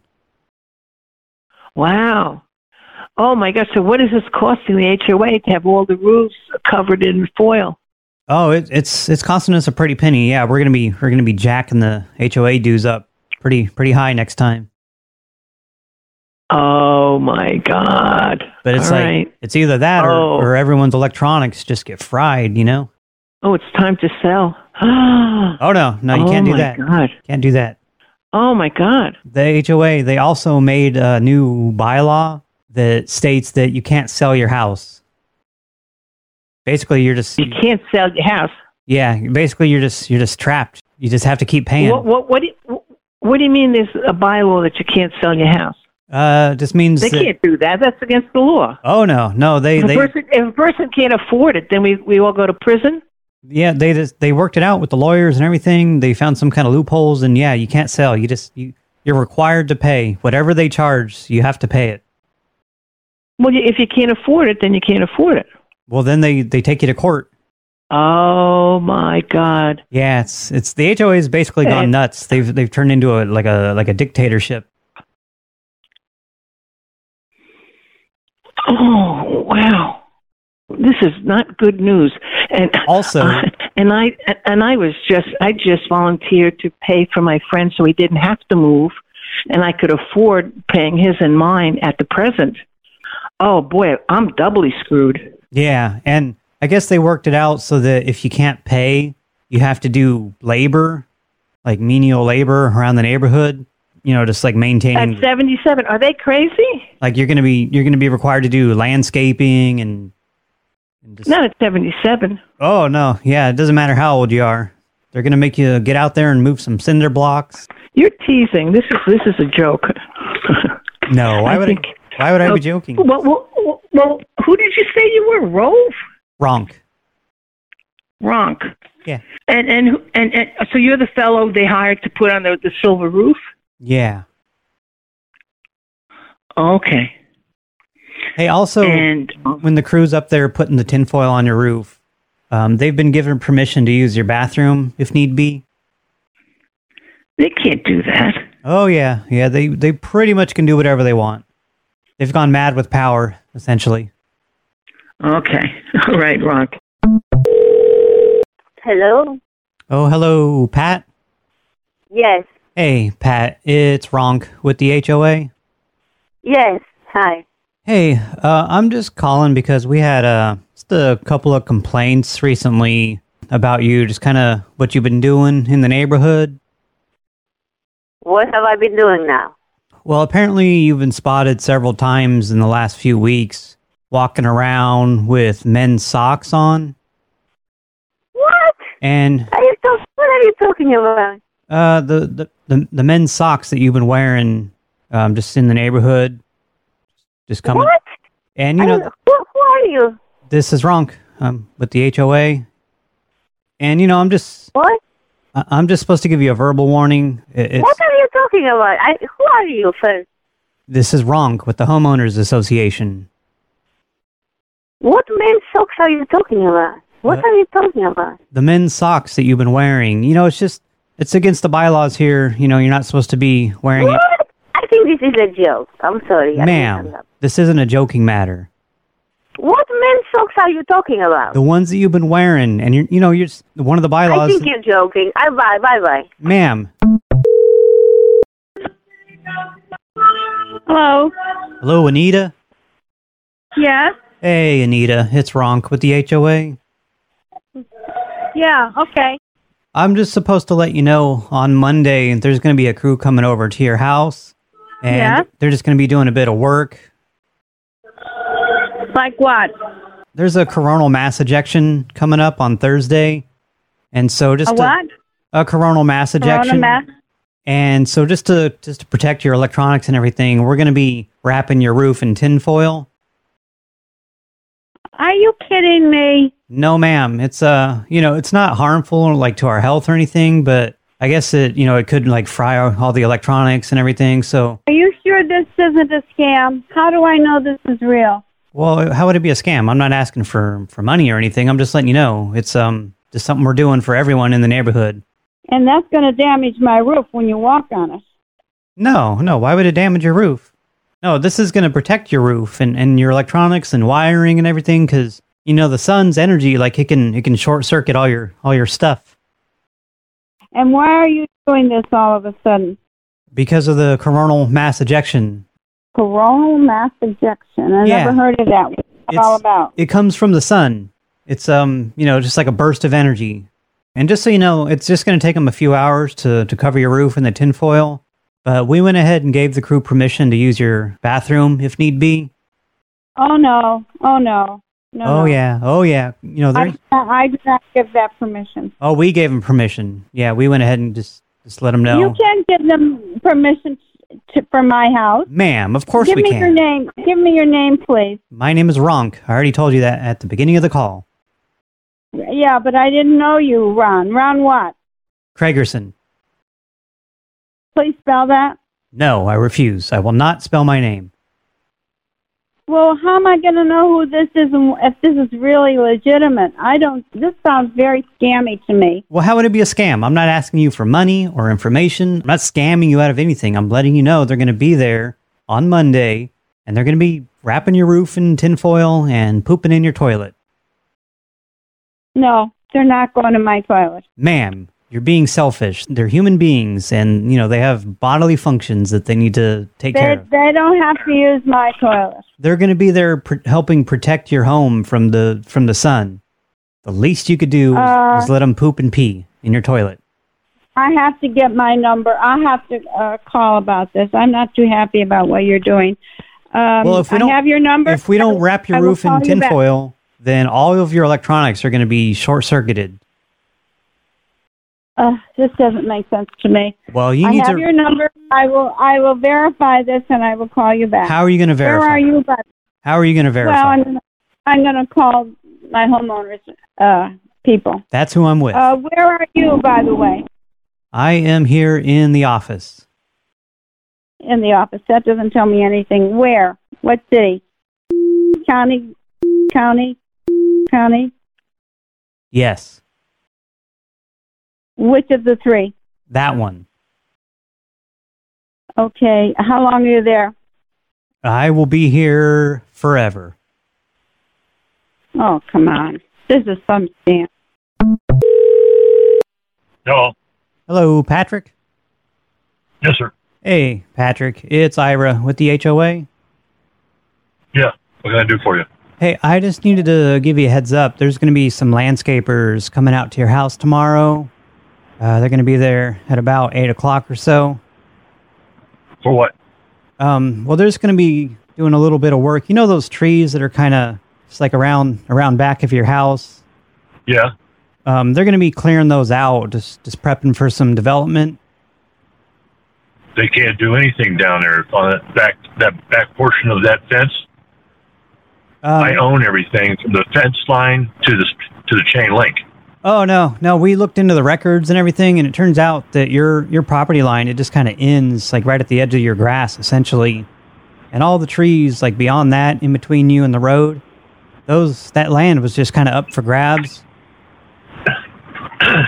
wow. Oh my gosh! So what is this costing the HOA to have all the roofs covered in foil? Oh, it, it's it's costing us a pretty penny. Yeah, we're gonna be we're gonna be jacking the HOA dues up pretty pretty high next time. Oh my God! But it's All like right. it's either that or, Oh. or everyone's electronics just get fried. You know. Oh, it's time to sell. oh Oh no, no, you Oh, can't do my that. God. Can't do that. Oh my God! The HOA they also made a new bylaw that states that you can't sell your house. Basically, you're just You can't sell your house. yeah. Basically, you're just you're just trapped. You just have to keep paying. What, what, what, do you, what do you mean there's a bylaw that you can't sell your house? Uh, just means They that- can't do that. That's against the law. Oh no, no, they If a, they person, if a person can't afford it, then we, we all go to prison? yeah they just they worked it out with the lawyers and everything. They found some kind of loopholes and yeah, you can't sell. You just you you're required to pay whatever they charge. You have to pay it. Well, you- if you can't afford it, then you can't afford it. Well, then they they take you to court. Oh my God. Yeah, it's it's the HOA's basically Eh. gone nuts. They've they've turned into a like a like a dictatorship. Oh, wow. This is not good news. And also and I and I was just I just volunteered to pay for my friend so he didn't have to move and I could afford paying his and mine at the present. Oh boy, I'm doubly screwed. Yeah, and I guess they worked it out so that if you can't pay, you have to do labor, like menial labor around the neighborhood. You know, just like maintaining At 77, are they crazy? like you're gonna be you're gonna be required to do landscaping and Not at 77. oh no yeah it doesn't matter how old you are they're gonna make you get out there and move some cinder blocks you're teasing this is this is a joke no why I would think- I, why would I Oh, be joking Well, well, well, who did you say you were? Rove? Ronk Ronk. Yeah. And, and who- and and so you're the fellow they hired to put on the, the silver roof. yeah okay hey also And- um, when the crew's up there putting the tinfoil on your roof um, they've been given permission to use your bathroom if need be They can't do that. Oh yeah, yeah. They they pretty much can do whatever they want. They've gone mad with power, essentially. Okay. All right, Ronk. Hello? Oh hello, Pat. Yes, Hey, Pat. It's Ronk with the HOA. yes, hi. Hey, uh, I'm just calling because we had uh, just a couple of complaints recently about you, just kind of what you've been doing in the neighborhood. What have I been doing now? Well, apparently you've been spotted several times in the last few weeks walking around with men's socks on, What? and Are you talk- what are you talking about? Uh, the, the, the, the men's socks that you've been wearing um, just in the neighborhood. Just coming. What? And, you know, Who, who are you? this is wrong um, with the HOA. And, you know, I'm just. What? I- I'm just supposed to give you a verbal warning. It- It's, What are you talking about? I, who are you first? This is wrong with the Homeowners Association. What men's socks are you talking about? What Uh, are you talking about? The men's socks that you've been wearing, you know, it's just. It's against the bylaws here. You know, you're not supposed to be wearing it. I think this is a joke. I'm sorry. I think I'm Ma'am, not- this isn't a joking matter. What men's socks are you talking about? The ones that you've been wearing, and you're, you know, you're s- one of the I bylaws, think you're joking. I bye bye bye. ma'am. Hello. Hello, Anita. Yeah, Hey, Anita, it's Ronk with the HOA. yeah, okay. I'm just supposed to let you know on Monday there's going to be a crew coming over to your house, and Yeah. they're just going to be doing a bit of work. Like what? There's a coronal mass ejection coming up on Thursday, and so just a to- what? a coronal mass ejection. Corona mask? And so just to just to protect your electronics and everything, we're going to be wrapping your roof in tinfoil. Are you kidding me? No, ma'am. It's uh, you know, it's not harmful like to our health or anything, but I guess it, you know, it could like fry all all the electronics and everything. So, Are you sure this isn't a scam? How do I know this is real? well, how would it be a scam? I'm not asking for for money or anything. I'm just letting you know it's um just something we're doing for everyone in the neighborhood. And that's going to damage my roof when you walk on it. No, no. Why would it damage your roof? No, this is going to protect your roof and, and your electronics and wiring and everything because you know the sun's energy like it can it can short circuit all your all your stuff And why are you doing this all of a sudden? because of the coronal mass ejection Coronal mass ejection. I Yeah. never heard of that. What's it all It's- about? It comes from the sun. It's um, you know, just like a burst of energy. And just so you know, it's just going to take them a few hours to to cover your roof in the tinfoil. But we went ahead and gave the crew permission to use your bathroom if need be. Oh, no. Oh, no. No. oh no. yeah, oh yeah. You know, I, there. do not- I do not give that permission. Oh, we gave them permission. Yeah, we went ahead and just just let them know, You can't give them permission to, for my house. ma'am. Of course Give we me can. your name. Give me your name, please. My name is Ronk. I already told you that at the beginning of the call. Yeah, but I didn't know you, Ron. Ron what? Craigerson. Please spell that. No, I refuse. I will not spell my name. Well, how am I going to know who this is and if this is really legitimate? I don't. This sounds very scammy to me. Well, how would it be a scam? I'm not asking you for money or information. I'm not scamming you out of anything. I'm letting you know they're going to be there on Monday and they're going to be wrapping your roof in tinfoil and pooping in your toilet. No, they're not going to my toilet. Ma'am, you're being selfish. They're human beings and, you know, they have bodily functions that they need to take care They, of. they don't have to use my toilet. They're going to be there pr- helping protect your home from the from the sun. The least you could do Uh, is, is let them poop and pee in your toilet. I have to get my number. I have to uh, call about this. I'm not too happy about what you're doing. Um, Well, if we I don't- have your number. If we don't wrap I your will roof in call you back. tinfoil, then all of your electronics are going to be short circuited. Uh, this doesn't make sense to me. Well, you I need have to. your number. I will. I will verify this, and I will call you back. How are you gonna verify? Where are you? But how are you going to well, verify? I'm, I'm going to call my homeowners uh, people. That's who I'm with. Uh, where are you, by the way, I am here in the office. in the office? That doesn't tell me anything. Where? What city? County? County? County? Yes, Which of the three? that one. Okay. How long are you there? I will be here forever. Oh, come on. This is some scam. Hello. Hello, Patrick. Yes, sir. Hey, Patrick. It's Ira with the HOA. Yeah. What can I do for you? Hey, I just needed to give you a heads up. There's going to be some landscapers coming out to your house tomorrow. Uh, they're going to be there at about eight o'clock or so. For what? Um, well, there's going to be doing a little bit of work. You know those trees that are kind of just like around around back of your house. Yeah. Um, they're going to be clearing those out, just just prepping for some development. They can't do anything down there on that back that back portion of that fence. Um, I own everything from the fence line to the to the chain link. Oh no, no, we looked into the records and everything, and it turns out that your your property line it just kind of ends like right at the edge of your grass, essentially, and all the trees like beyond that, in between you and the road, those that land was just kind of up for grabs.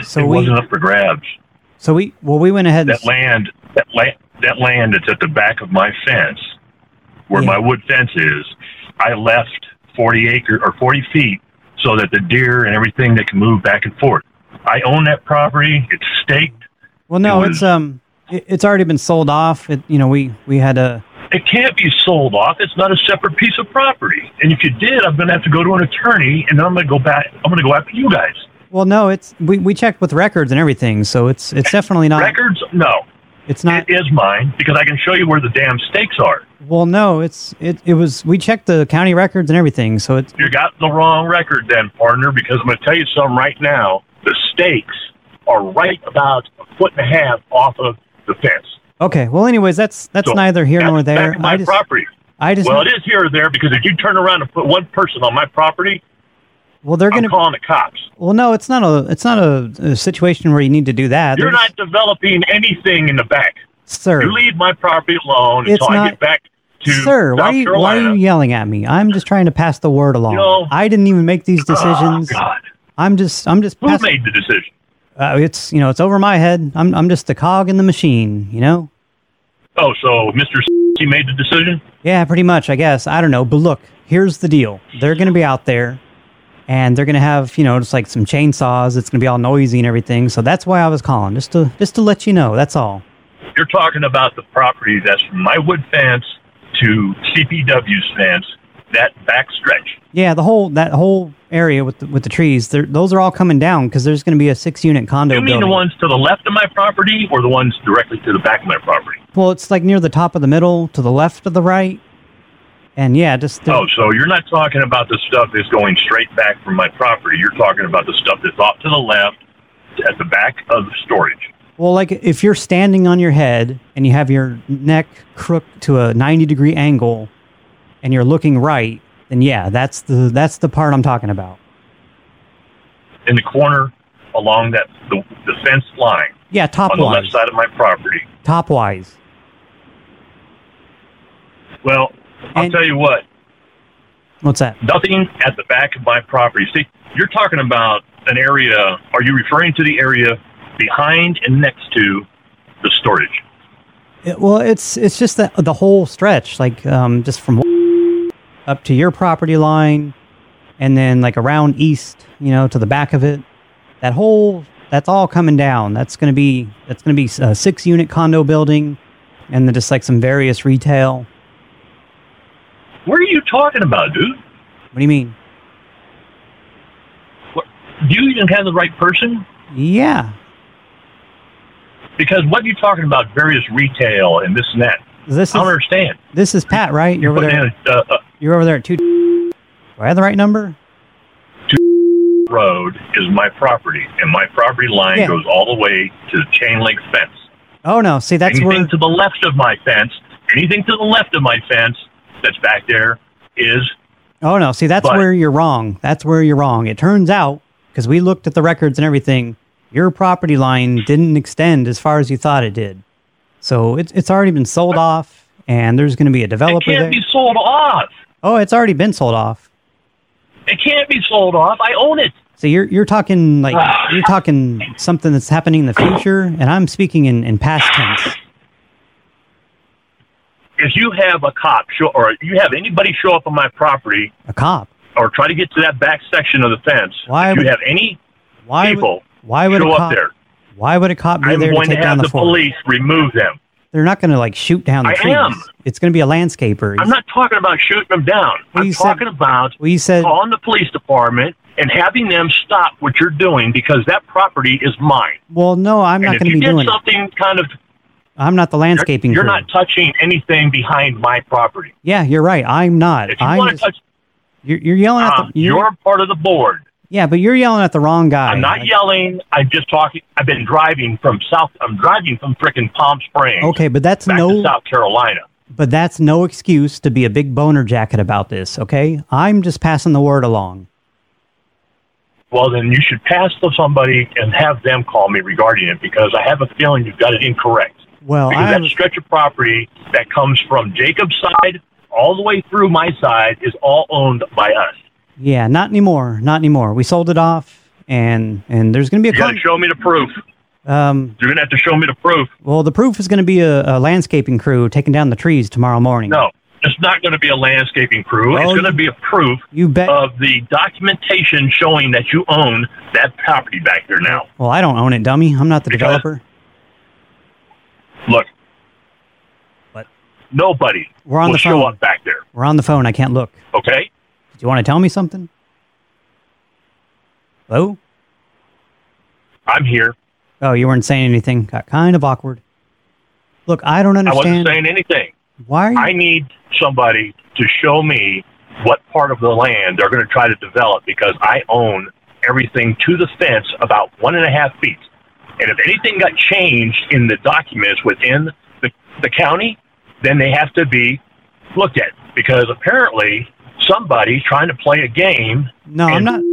So it we- wasn't up for grabs. So we well we went ahead. And, That land, that land, that land that's at the back of my fence, where my wood fence is, I left forty acre or forty feet so that the deer and everything they can move back and forth. I own that property. It's staked. well, no, it was- it's um, it, it's already been sold off. It, you know, we we had a It can't be sold off. It's not a separate piece of property. And if you did, I'm going to have to go to an attorney, and then I'm going to go back. I'm going to go after you guys. well, no, it's we we checked with records and everything, so it's it's definitely not. Records? No. It's not. It is mine because I can show you where the damn stakes are. Well, no, it's it it was we checked the county records and everything, so it's You got the wrong record then, partner, because I'm going to tell you something right now. The stakes are right about a foot and a half off of the fence. Okay. Well, anyways, that's that's So, neither here nor there. Back to my I just property. I just- well, it is here or there because if you turn around and put one person on my property, well, they're I'm gonna. calling the cops. Well, no, it's not a it's not a, a situation where you need to do that. You're There's- not developing anything in the back. Sir. You leave my property alone It's until I not- get back to sir, South why are you, why Carolina. are you yelling at me? I'm just trying to pass the word along. You know- I didn't even make these decisions. Oh, God. I'm just I'm just Who passing. made the decision? Uh, it's you know it's over my head. I'm I'm just the cog in the machine. You know. Oh, so Mr. He made the decision? Yeah, pretty much, I guess. I don't know. But look, here's the deal. They're going to be out there and they're going to have, you know, just like some chainsaws. It's going to be all noisy and everything. So that's why I was calling, just to just to let you know. That's all. You're talking about the property that's from my wood fence to CPW's fence, that back stretch. Yeah, the whole that whole area with the, with the trees, they're- those are all coming down cuz there's going to be a 6-unit condo You mean building. the ones to the left of my property or the ones directly to the back of my property? well, it's like near the top of the middle to the left of the right. And yeah, just the- Oh, so you're not talking about the stuff that's going straight back from my property. You're talking about the stuff that's off to the left at the back of the storage. Well, like if you're standing on your head and you have your neck crooked to a 90 degree angle and you're looking right, then yeah, that's the that's the part I'm talking about. in the corner along that the, the fence line Yeah, top on the wise. left side of my property. Top wise. Well, I'll tell you what, What's that? nothing at the back of my property. See, you're talking about an area. Are you referring to the area behind and next to the storage? It- well, it's it's just the the whole stretch, like um, just from up to your property line, and then like around east, you know, to the back of it. That whole that's all coming down. That's gonna be that's gonna be a six unit condo building, and then just like some various retail. What are you talking about, dude? What do you mean? Do you even have the right person? Yeah. Because what are you talking about? Various retail and this and that. This I don't is- understand. This is Pat, right? You're over Putting there. in a, a, You're over there at two. Do I have the right number? a road is my property, and my property line Yeah. goes all the way to the chain link fence. Oh no. See, that's anything where. to the left of my fence, anything to the left of my fence that's back there is Oh no. See, that's But- where you're wrong. That's where you're wrong. It turns out because we looked at the records and everything, your property line didn't extend as far as you thought it did. So it's it's already been sold off, and there's going to be a it developer there. can't be sold off. Oh, it's already been sold off. It can't be sold off. I own it. So you're you're talking like Ah. you're talking something that's happening in the future, and I'm speaking in, in past tense. If you have a cop show, or you have anybody show up on my property A cop. or try to get to that back section of the fence, Why if you would- have any Why would- people why would a show cop up there, Why would a cop be I'm there to going to take down have the, the, forest? police remove them. They're not going to like shoot down the I trees. am. It's going to be a landscaper. I'm not talking about shooting them down. I'm talking about calling the police department and having them stop what you're doing because that property is mine. well, no, I'm and not if going to be you did doing it. something kind of I'm not the landscaping you're crew. not touching anything behind my property. yeah, you're right. I'm not. If you I'm want just, to touch, you're, you're yelling at um, the. You're, you're part of the board. yeah, but you're yelling at the wrong guy. I'm not yelling. I'm just talking. I've been driving from South. I'm driving from frickin' Palm Springs, okay, but that's no. South Carolina. But that's no excuse to be a big boner jacket about this. Okay, I'm just passing the word along. Well, then you should pass to somebody and have them call me regarding it because I have a feeling you've got it incorrect. Well, because I that stretch of property that comes from Jacob's side all the way through my side is all owned by us. yeah, not anymore. Not anymore. We sold it off, and and there's going to You be a got to con- show me the proof. um You're going to have to show me the proof. Well, the proof is going to be a, a landscaping crew taking down the trees tomorrow morning. No, it's not going to be a landscaping crew. it's Oh, going to be a proof you bet. of the documentation showing that you own that property back there now. Well, I don't own it, dummy. I'm not the developer. Look, but nobody We're on will the show phone. up back there. We're on the phone. I can't look. Okay, Do you want to tell me something? Hello? I'm here. Oh, you weren't saying anything. Got kind of awkward. Look, I don't I wasn't understand. saying anything. Why? I need somebody to show me what part of the land they're going to try to develop because I own everything to the fence about one and a half feet. And if anything got changed in the documents within the, the county, then they have to be looked at because apparently somebody's trying to play a game. No, I'm not. Is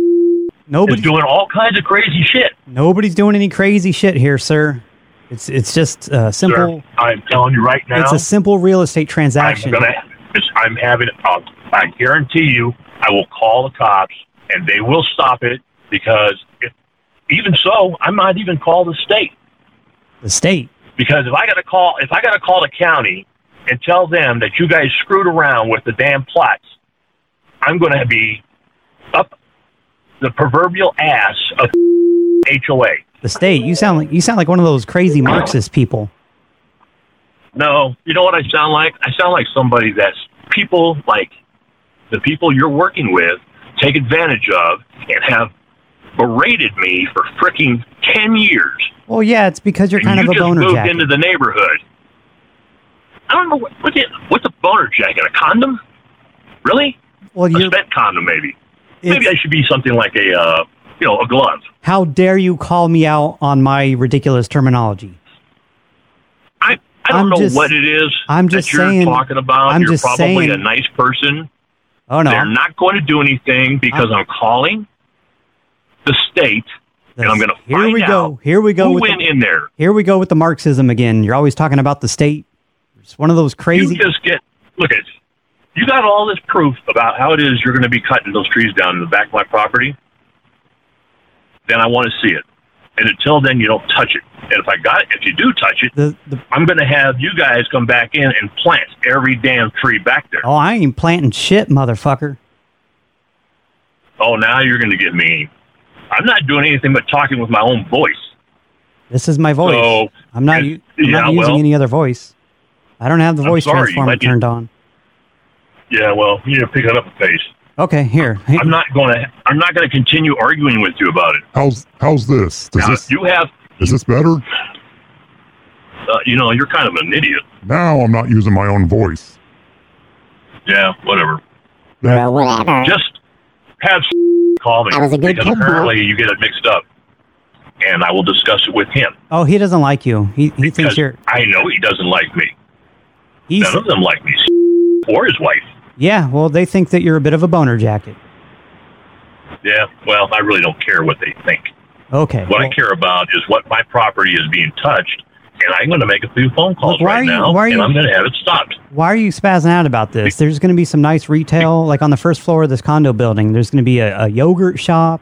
Nobody's, doing all kinds of crazy shit. nobody's doing any crazy shit here, sir. It's it's just uh, simple. Sir, I'm telling you right now. It's a simple real estate I'm transaction. gonna. I'm having. Uh, I guarantee you, I will call the cops, and they will stop it because if, even so, I might even call the state The state. because if I got to call, if I got to call the county and tell them that you guys screwed around with the damn plots, I'm going to be up the proverbial ass of HOA. The state. You sound like you sound like one of those crazy Marxist people. No, you know what I sound like? I sound like somebody that's people like the people you're working with take advantage of and have berated me for freaking 10 years. Well, yeah, it's because you're kind you of a just boner moved jacket. into the neighborhood. I don't know what, what's, it, what's a boner jacket? A condom? Really? Well, a spent condom, maybe. Maybe I should be something like a, uh, you know, a glove. How dare you call me out on my ridiculous terminology? I, I don't I'm know just- what it is I'm just that you're saying- talking about. I'm you're just probably saying- a nice person. Oh no, They're not going to do anything because I'm, calling the state, and I'm going to Here find we out go. Here we go who with went the, in there. Here we go with the Marxism again. You're always talking about the state. It's one of those crazy. You just get look at you got all this proof about how it is you're going to be cutting those trees down in the back of my property. Then I want to see it, and until then, you don't touch it. And if I got it, if you do touch it, I'm going to have you guys come back in and plant every damn tree back there. oh, I ain't planting shit, motherfucker. Oh, now you're going to get mean. I'm not doing anything but talking with my own voice. This is my voice. So, I'm not. yeah, u- I'm not yeah, using well- any other voice. I don't have the I'm voice sorry, transformer but you- turned on. Yeah, well, you need to pick it up a pace. Okay, here. I'm not going to. I'm not going to continue arguing with you about it. How's how's this? Does Now, this you have, is this better? uh, you know, you're kind of an idiot. Now I'm not using my own voice. Yeah, whatever. That- Just have call me I was a good because cowboy. apparently you get it mixed up, and I will discuss it with him. Oh, he doesn't like you. He he thinks Because you're. I know he doesn't like me. None of them like me, or his wife. Yeah, well, they think that you're a bit of a boner jacket. Yeah, well, I really don't care what they think. Okay. What I care about is what my property is being touched, and I'm going to make a few phone calls Why are right you- now, why are and you- I'm going to have it stopped. Why are you spazzing out about this? There's going to be some nice retail, like on the first floor of this condo building. There's going to be a, a yogurt shop,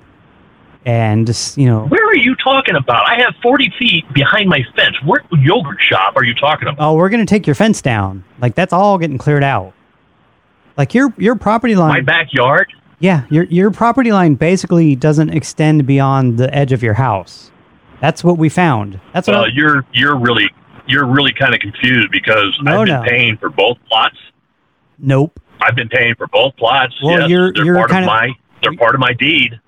and just you know. Where are you talking about? I have 40 feet behind my fence. What yogurt shop are you talking about? Oh, we're going to take your fence down. Like that's all getting cleared out. Like your your property line. My backyard? Yeah, your your property line basically doesn't extend beyond the edge of your house. That's what we found. That's what. well, I- Uh, you're you're really you're really kind of confused because I've been no. paying for both plots. nope. I've been paying for both plots. Well, yes, you're- they're you're part kind of of- my they're part of my deed.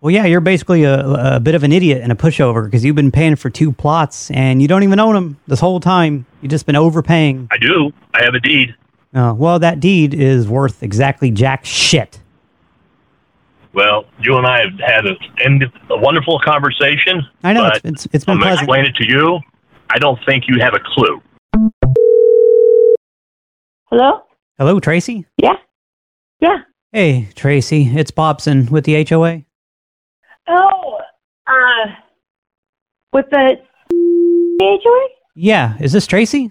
Well, yeah, you're basically a, a bit of an idiot and a pushover because you've been paying for two plots and you don't even own them this whole time. You've just been overpaying. I do. I have a deed. Uh, well, that deed is worth exactly jack shit. Well, you and I have had a, and a wonderful conversation. I know, but it's- it's- it's been I'm pleasant. going to explain it to you. I don't think you have a clue. Hello? Hello, Tracy? Yeah. Yeah. Hey, Tracy, it's Bobson with the HOA. Oh, uh, with the HOA? Yeah, is this Tracy?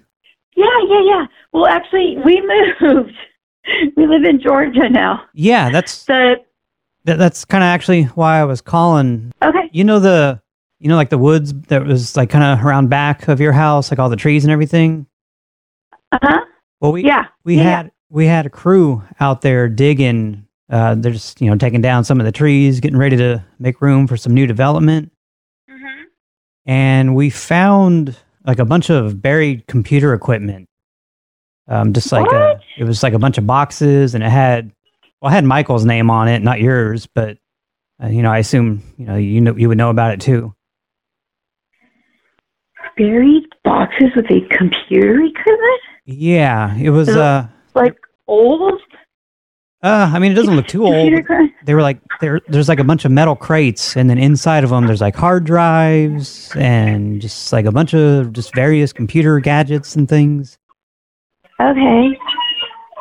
Yeah, yeah, yeah. Well, actually, we moved. we live in Georgia now. Yeah, that's The, that, that's kind of actually why I was calling. Okay. You know the you know like the woods that was like kind of around back of your house, like all the trees and everything. Uh huh. Well, we yeah, we yeah, yeah. had we had a crew out there digging. Uh, they're just you know taking down some of the trees, getting ready to make room for some new development. Mm-hmm. And we found like a bunch of buried computer equipment. Um, just like a, it was like a bunch of boxes, and it had well, it had Michael's name on it, not yours, but uh, you know, I assume you know you know you would know about it too. Buried boxes with a computer equipment? Yeah, it was. Is it Uh, Like old? Uh, I mean, it doesn't look too old. Computer cra- They were like there. There's like a bunch of metal crates, and then inside of them, there's like hard drives and just like a bunch of just various computer gadgets and things. Okay.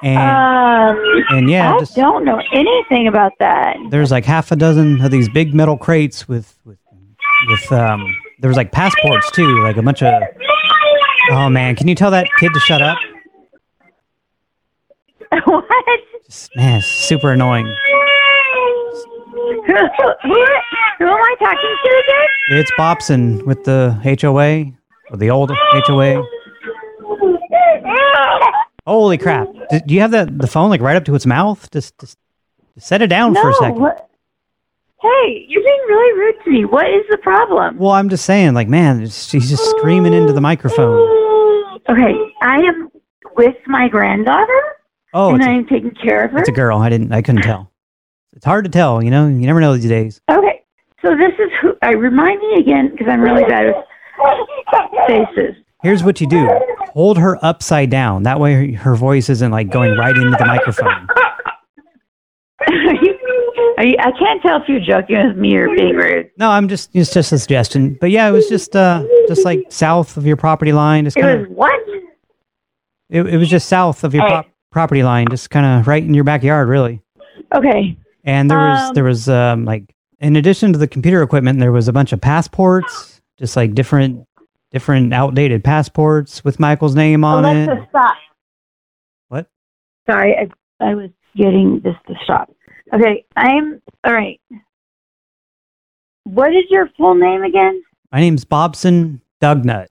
And um, and yeah, I just- don't know anything about that. there's like half a dozen of these big metal crates with with with um. There was like passports too, like a bunch of. Oh man, can you tell that kid to shut up? what? Man, it's super annoying. who, who, are- who am I talking to again? It's Bobson with the HOA, or the old HOA. Holy crap! Did, do you have that the phone like right up to its mouth? Just, just set it down for a second. what- Hey, you're being really rude to me. What is the problem? Well, I'm just saying, like, man, it's- she's just screaming into the microphone. Okay, I am with my granddaughter, Oh, and it's a, I'm taking care of her. it's a girl. I didn't, I couldn't tell. It's hard to tell, you know. You never know these days. Okay, so this is who. I remind me again because I'm really bad with faces. Here's what you do: hold her upside down. That way, her, her voice isn't like going right into the microphone. Are you, are you, I can't tell if you're joking with me or being rude. No, I'm just, it's just a suggestion. But yeah, it was just, uh, just like south of your property line. Just It kind of. was what? It, it was just south of your Hey. prop- property line, just kind of right in your backyard, really. Okay. And there was there was um, like in addition to the computer equipment, there was a bunch of passports, just like different different outdated passports with Michael's name on Alexa, it. stop. What? Sorry, I, I was getting this to stop. Okay, I'm all right. What is your full name again? My name's Bobson Dugnut.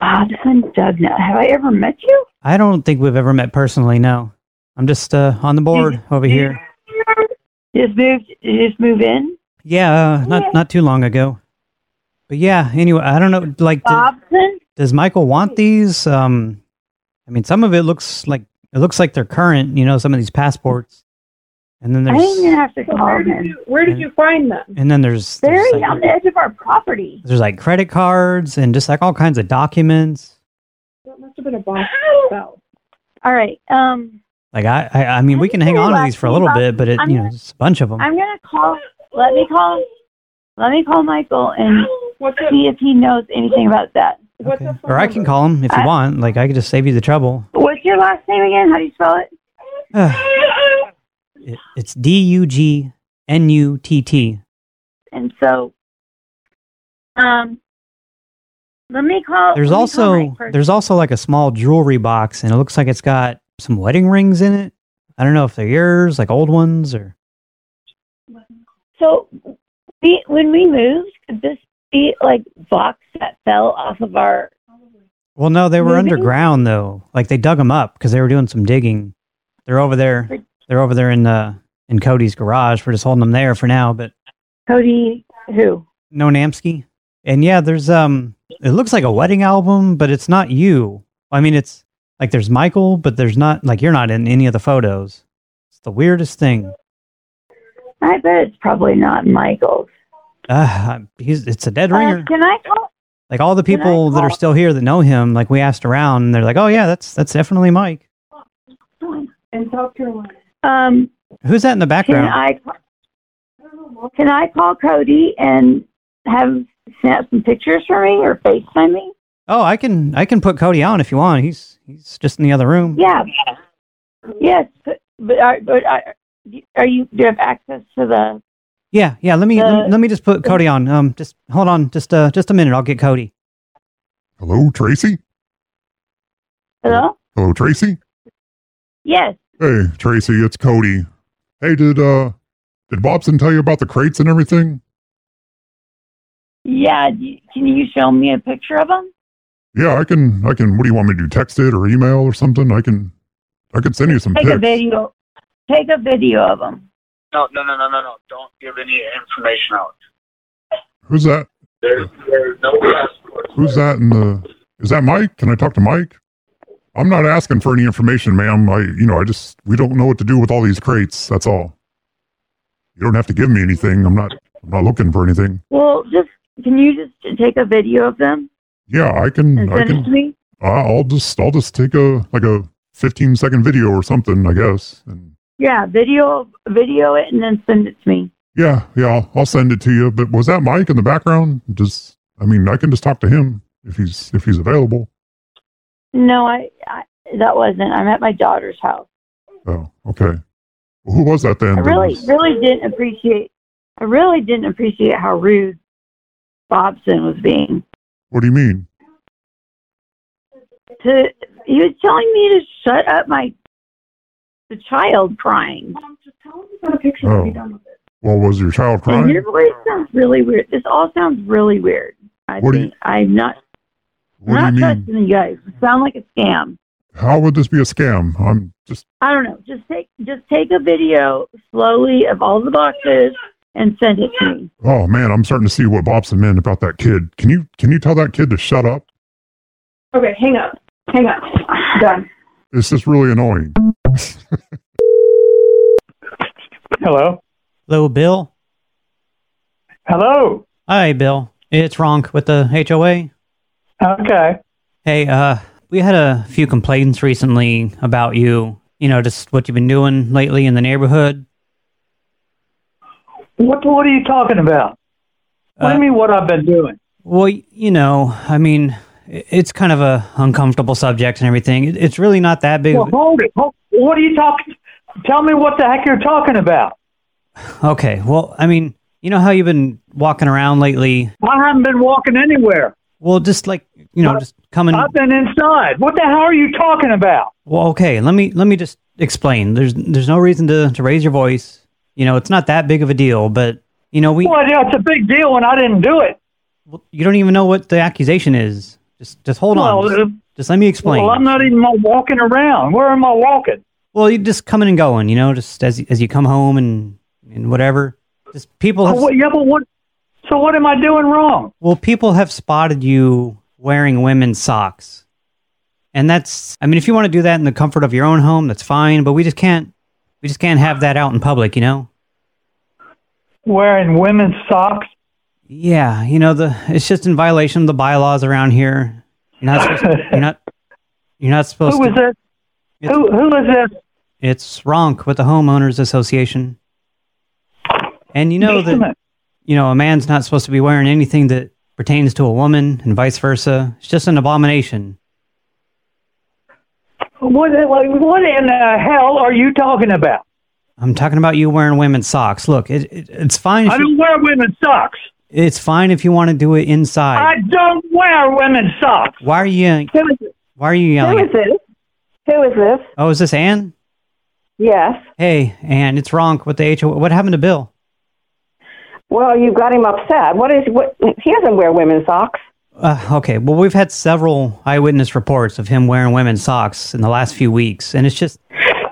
Bobson Dugnut. Have I ever met you? I don't think we've ever met personally. No, I'm just uh, on the board over here. You Just moved. you Just move in. Yeah, uh, not not too long ago. But yeah, anyway, I don't know. Like, did- Bobson. does Michael want these? Um, I mean, some of it looks like It looks like they're current, you know, some of these passports. And then I didn't there's even have to call Where did them. you, where did you find them? and then there's They're there's on like, the edge of our property. there's like credit cards and just like all kinds of documents. That must have been a box. All right. Um, Like I I, I mean we can hang on to these for a little bit, but it I'm you know, it's a bunch of them. I'm gonna call. Let me call. Let me call Michael and What's see if he knows anything about that. What's the Or I can call them if you want. Like I could just save you the trouble. What's your last name again? How do you spell it? It, it's D U G N U T T. And so, um, let me call. There's Oh, let me call also Mike first. there's also like a small jewelry box, and it looks like it's got some wedding rings in it. I don't know if they're yours, like old ones, or So we, when we moved, could this be like box that fell off of our? well, no, they were Maybe. underground though. Like they dug them up because they were doing some digging. They're over there. They're over there in the in Cody's garage. We're just holding them there for now, but Cody, who? No Namsky. And yeah, there's um it looks like a wedding album, but it's not you. I mean it's like there's Michael, but there's not like you're not in any of the photos. It's the weirdest thing. I bet it's probably not Michael's. Uh, he's it's a dead Uh, ringer. can I call? Like all the can I people that are call- still here that know him, like we asked around and they're like, "Oh yeah, that's that's definitely Mike." In South Carolina. Um, Who's that in the can background? I? ca- Can I call Cody and have snap some pictures for me or FaceTime me? oh, I can I can put Cody on if you want. He's he's just in the other room. Yeah. Yes, but but are, but are, are you? Do you have access to the? Yeah, yeah, let me Uh, let, let me just put Cody on. Um just hold on just uh just a minute. I'll get Cody. Hello, Tracy? Hello. Hello, Tracy? Yes. Hey, Tracy, it's Cody. Hey, did, uh, did Bobson tell you about the crates and everything? Yeah. do you- Can you show me a picture of them? Yeah, I can, I can, what do you want me to do? Text it or email or something? I can, I could send you some Take a pics. video. Take a video of them. No, no, no, no, no, no. Don't give any information out. Who's that? There's, there's no passports. Who's that in the, is that Mike? Can I talk to Mike? I'm not asking for any information, ma'am. I, you know, I just, we don't know what to do with all these crates. That's all. You don't have to give me anything. I'm not, I'm not looking for anything. Well, just can you just take a video of them Yeah, I and can, I send it can, to me? I- I'll just I'll just take a like a 15 second video or something, I guess. And Yeah, video video it and then send it to me. yeah, yeah, I'll, I'll send it to you. But was that Mike in the background? Just I mean, I can just talk to him if he's if he's available. No, I, I that wasn't. I'm at my daughter's house. Oh, okay. Well, who was that then? I that really, was- really didn't appreciate. I really didn't appreciate how rude Bobson was being. what do you mean? To he was telling me to shut up my the child crying. Oh. Well, was your child And crying? your voice sounds really weird. This all sounds really weird. I What do you- think I'm not. What do I'm you not mean? trusting you guys. You sound like a scam. How would this be a scam? I'm just I don't know. Just take just take a video slowly of all the boxes and send it to me. oh man, I'm starting to see what Bobson meant about that kid. Can you can you tell that kid to shut up? Okay, hang up. Hang up. Done. It's just really annoying. Hello. Hello, Bill. Hello. Hi, Bill. It's Ronk with the HOA. Okay. Hey, uh, we had a few complaints recently about you. You know, just what you've been doing lately in the neighborhood. What What are you talking about? What do you mean? What I've been doing? Uh, Well, y- you know, I mean, i- it's kind of a uncomfortable subject and everything. It- It's really not that big. Well, of hold it. Hold- What are you talking? Tell me what the heck you're talking about. Okay. Well, I mean, you know how you've been walking around lately. I haven't been walking anywhere. Well, just like you know, just coming. I've been inside. What the hell are you talking about? Well, okay. Let me let me just explain. There's there's no reason to to raise your voice. You know, it's not that big of a deal, but you know, we Well, yeah, it's a big deal when I didn't do it. you don't even know what the accusation is. Just just hold on. Well, Just, uh, just let me explain. Well, I'm not even walking around. Where am I walking? Well, you just coming and going, you know, just as as you come home and and whatever. Just people have Oh, what- yeah, but what? So what am I doing wrong? Well, people have spotted you wearing women's socks. And that's, I mean, if you want to do that in the comfort of your own home, that's fine. But we just can't, we just can't have that out in public, you know. Wearing women's socks. Yeah, you know the it's just in violation of the bylaws around here. You're not supposed to, you're not you're not Who supposed was to. this? Who who is this? It's Ronk with the homeowners association. And you know that Basement. you know a man's not supposed to be wearing anything that pertains to a woman and vice versa. It's just an abomination. What what in the hell are you talking about? I'm talking about you wearing women's socks. Look, it, it, it's fine. I don't wear women's socks. It's fine if you want to do it inside. I don't wear women's socks. Why are you? Why are you Who yelling? is this? Who is this? Oh, is this Ann? Yes. Hey, Ann, it's Ronk with the HO. What happened to Bill? Well, you got him upset. What is what? He doesn't wear women's socks. Uh, okay, well, we've had several eyewitness reports of him wearing women's socks in the last few weeks, and it's just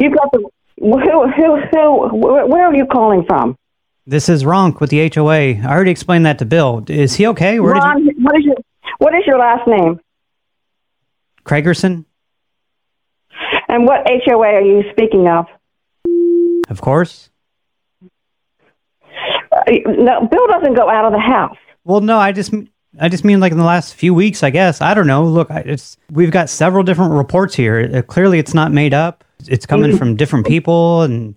You got the who who who? Where, where are you calling from? this is Ronk with the HOA. I already explained that to Bill. Is he okay? Where did Ron, what is your what is your last name? he, Craigerson? And what HOA are you speaking of? Of course. Uh, no, Bill doesn't go out of the house. Well, no, I just I just mean like in the last few weeks, I guess. I don't know. Look, I, it's we've got several different reports here. Uh, clearly, it's not made up. It's coming from different people, and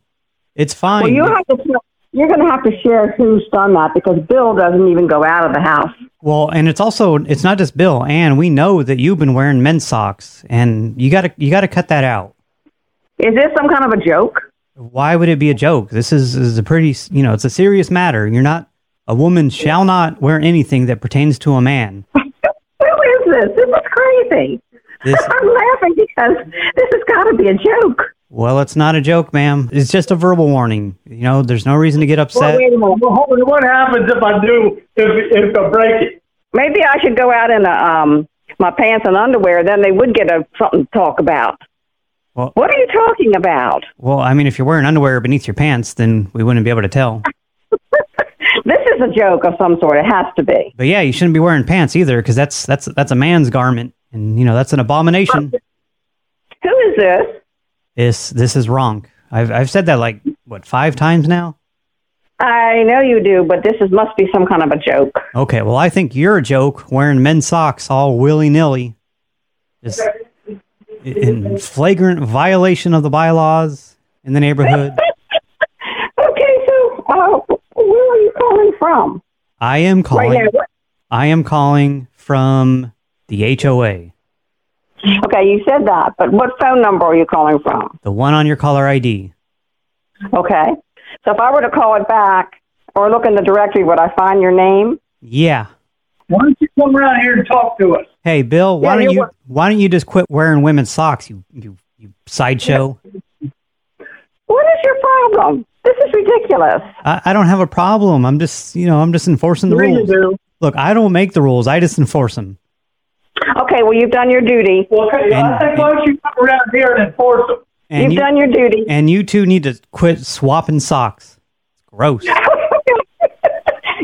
it's fine. Mm-hmm. Well, you have to. tell- You're going to have to share who's done that because Bill doesn't even go out of the house. Well, and it's also it's not just Bill, and we know that you've been wearing men's socks, and you gotta you gotta cut that out. Is this some kind of a joke? Why would it be a joke? This is is a pretty s- you know it's a serious matter. You're not a woman shall not wear anything that pertains to a man. Who is this? This is crazy. This I'm laughing because this has got to be a joke. well, it's not a joke, ma'am. It's just a verbal warning. You know, there's no reason to get upset. a minute. What happens if I do? If if I break it? Maybe I should go out in a, um my pants and underwear. Then they would get a, something to talk about. Well- what are you talking about? Well, I mean, if you're wearing underwear beneath your pants, then we wouldn't be able to tell. This is a joke of some sort. It has to be. But yeah, you shouldn't be wearing pants either, because that's that's that's a man's garment, and you know that's an abomination. Who is this? This this is wrong. I've I've said that like what five times now. I know you do, but this is must be some kind of a joke. Okay, well I think you're a joke wearing men's socks all willy nilly, just in flagrant violation of the bylaws in the neighborhood. Okay, so uh, where are you calling from? I am Right calling. now. I am calling from the HOA, Okay, you said that, but what phone number are you calling from? the one on your caller ID. Okay, so if I were to call it back or look in the directory, would I find your name? Yeah. Why don't you come around here and talk to us? Hey Bill, why Yeah, don't you're you wel- why don't you just quit wearing women's socks? You you you sideshow. What is your problem? This is ridiculous. I, I don't have a problem. I'm just, you know, I'm just enforcing the Sure you rules. do. Look, I don't make the rules. I just enforce them. Okay, well you've done your duty. Well, okay, I think why don't you come around here and enforce them? And you've you- done your duty. And you two need to quit swapping socks. It's gross.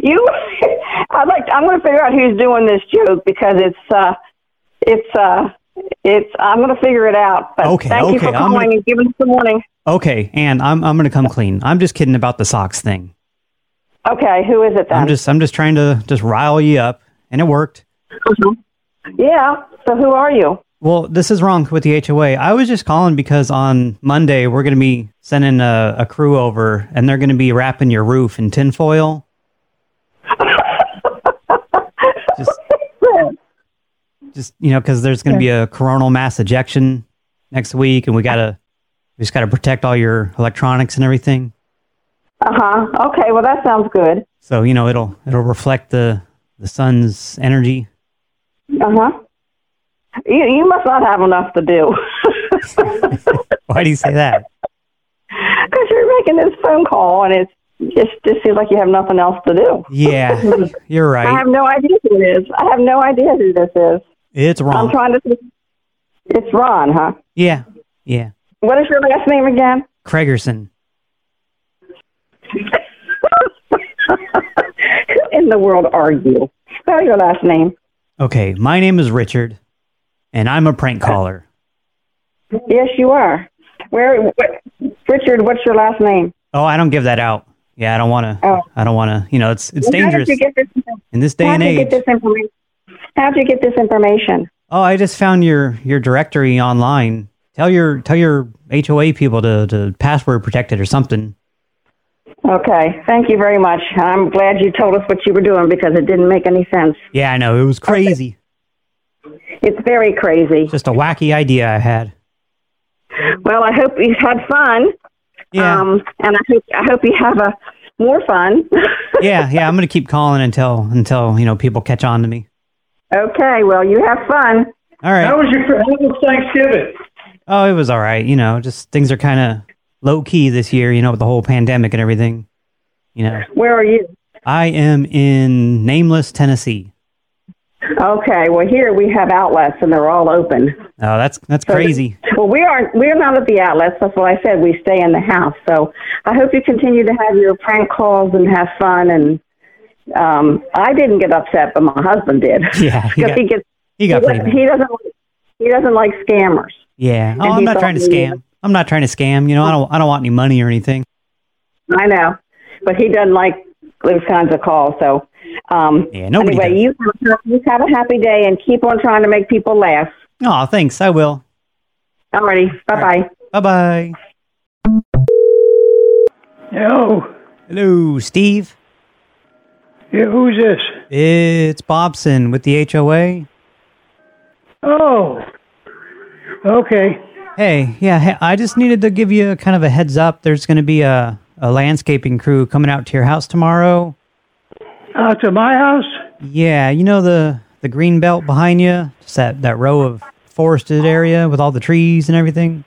You, I'd like. I'm going to figure out who's doing this joke because it's, uh, it's, uh, it's. I'm going to figure it out. But Okay, thank you okay, for I'm calling gonna- and giving us the warning. Okay, and I'm I'm gonna come clean. I'm just kidding about the socks thing. Okay, who is it then? I'm just I'm just trying to just rile you up, and it worked. yeah. So who are you? Well, this is wrong with the HOA. I was just calling because on Monday we're going to be sending a, a crew over, and they're going to be wrapping your roof in tinfoil. just, just you know, because there's going to be a coronal mass ejection next week, and we gotta we just gotta protect all your electronics and everything. Uh huh. Okay. Well, that sounds good. So you know it'll it'll reflect the the sun's energy. Uh huh. You you must not have enough to do Why do you say that? because you're making this phone call and it's just just seems like you have nothing else to do. Yeah, you're I right. have no idea who it is. I have no idea who this is. It's I'm wrong. trying to. think- It's Ron, huh? Yeah, yeah. What is your last name again? Craigerson. Who in the world are you? Spell your last name. Okay, my name is Richard, and I'm a prank caller. Yes, you are. Where, wh- Richard? What's your last name? Oh, I don't give that out. Yeah, I don't want to. Oh. I don't want to. You know, it's it's How did dangerous you get this- in this day How'd and you age. get this information? How'd you get this information? Oh, I just found your your directory online. Tell your tell your HOA people to to password protect it or something. Okay, thank you very much. I'm glad you told us what you were doing because it didn't make any sense. Yeah, I know it was crazy. It's very crazy. Just a wacky idea I had. Well, I hope you had fun. Yeah. Um, and I hope I hope you have a more fun. Yeah, yeah. I'm gonna keep calling until until you know people catch on to me. okay. Well, you have fun. All right. How was your How was Thanksgiving? Oh, it was all right. You know, just things are kind of low key this year. You know, with the whole pandemic and everything. You know, Where are you? I am in Nameless, Tennessee. Okay. Well, here we have outlets, and they're all open. Oh, that's that's crazy. Well, we aren't. We're not at the outlets. That's what I said. We stay in the house. So I hope you continue to have your prank calls and have fun. And um, I didn't get upset, but my husband did. Yeah, he 'Cause got- he gets. he got pretty doesn't- He doesn't. like- He doesn't like scammers. Yeah. And Oh, I'm he not thought trying to we- scam. I'm not trying to scam. You know, I don't I don't want any money or anything. I know, but he doesn't like those kinds of calls. So um, Yeah, nobody anyway, you have, you have a happy day and keep on trying to make people laugh. Oh, thanks. I will. Alrighty, bye bye. Bye bye. Hello. Hello, Steve. Yeah, who's this? It's Bobson with the HOA. Oh. Okay. Hey, yeah, hey, I just needed to give you kind of a heads up. There's going to be a, a landscaping crew coming out to your house tomorrow. Out Uh, to my house? Yeah, you know the the green belt behind you, just that that row of forested area with all the trees and everything.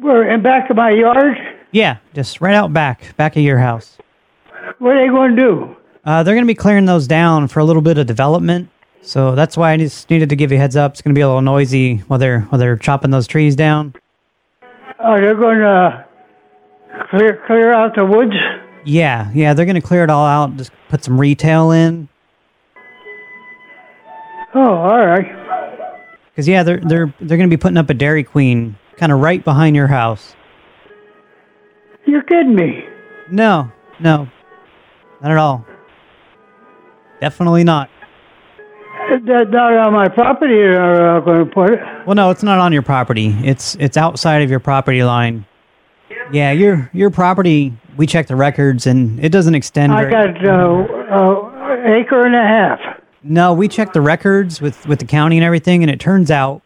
We're in back of my yard. Yeah, just right out back, back of your house. What are they going to do? Uh, they're going to be clearing those down for a little bit of development. So that's why I just needed to give you a heads up. It's going to be a little noisy while they're while they're chopping those trees down. Oh, they're going to clear clear out the woods. Yeah, yeah, they're going to clear it all out. Just put some retail in Oh, all right. because yeah, they're they're they're going to be putting up a Dairy Queen kind of right behind your house. You're kidding me. No, no, not at all. Definitely not. That's not on uh, my property. They're uh, going to put it. Well, no, it's not on your property. It's it's outside of your property line. Yeah, your your property. We checked the records, and it doesn't extend. I very- got uh, uh, acre and a half. No, we checked the records with, with the county and everything, and it turns out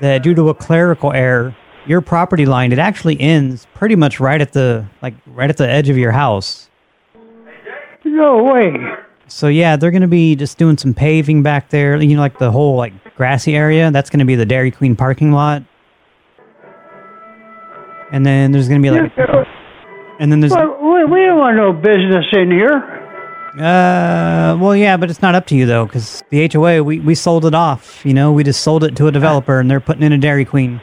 that due to a clerical error, your property line it actually ends pretty much right at the like right at the edge of your house. No way. So yeah, they're gonna be just doing some paving back there. You know, like the whole like grassy area. That's gonna be the Dairy Queen parking lot. And then there's gonna be like, and then there's Well, we, we don't want no business in here. Uh, well, yeah, but it's not up to you though, because the HOA we we sold it off. You know, we just sold it to a developer, and they're putting in a Dairy Queen.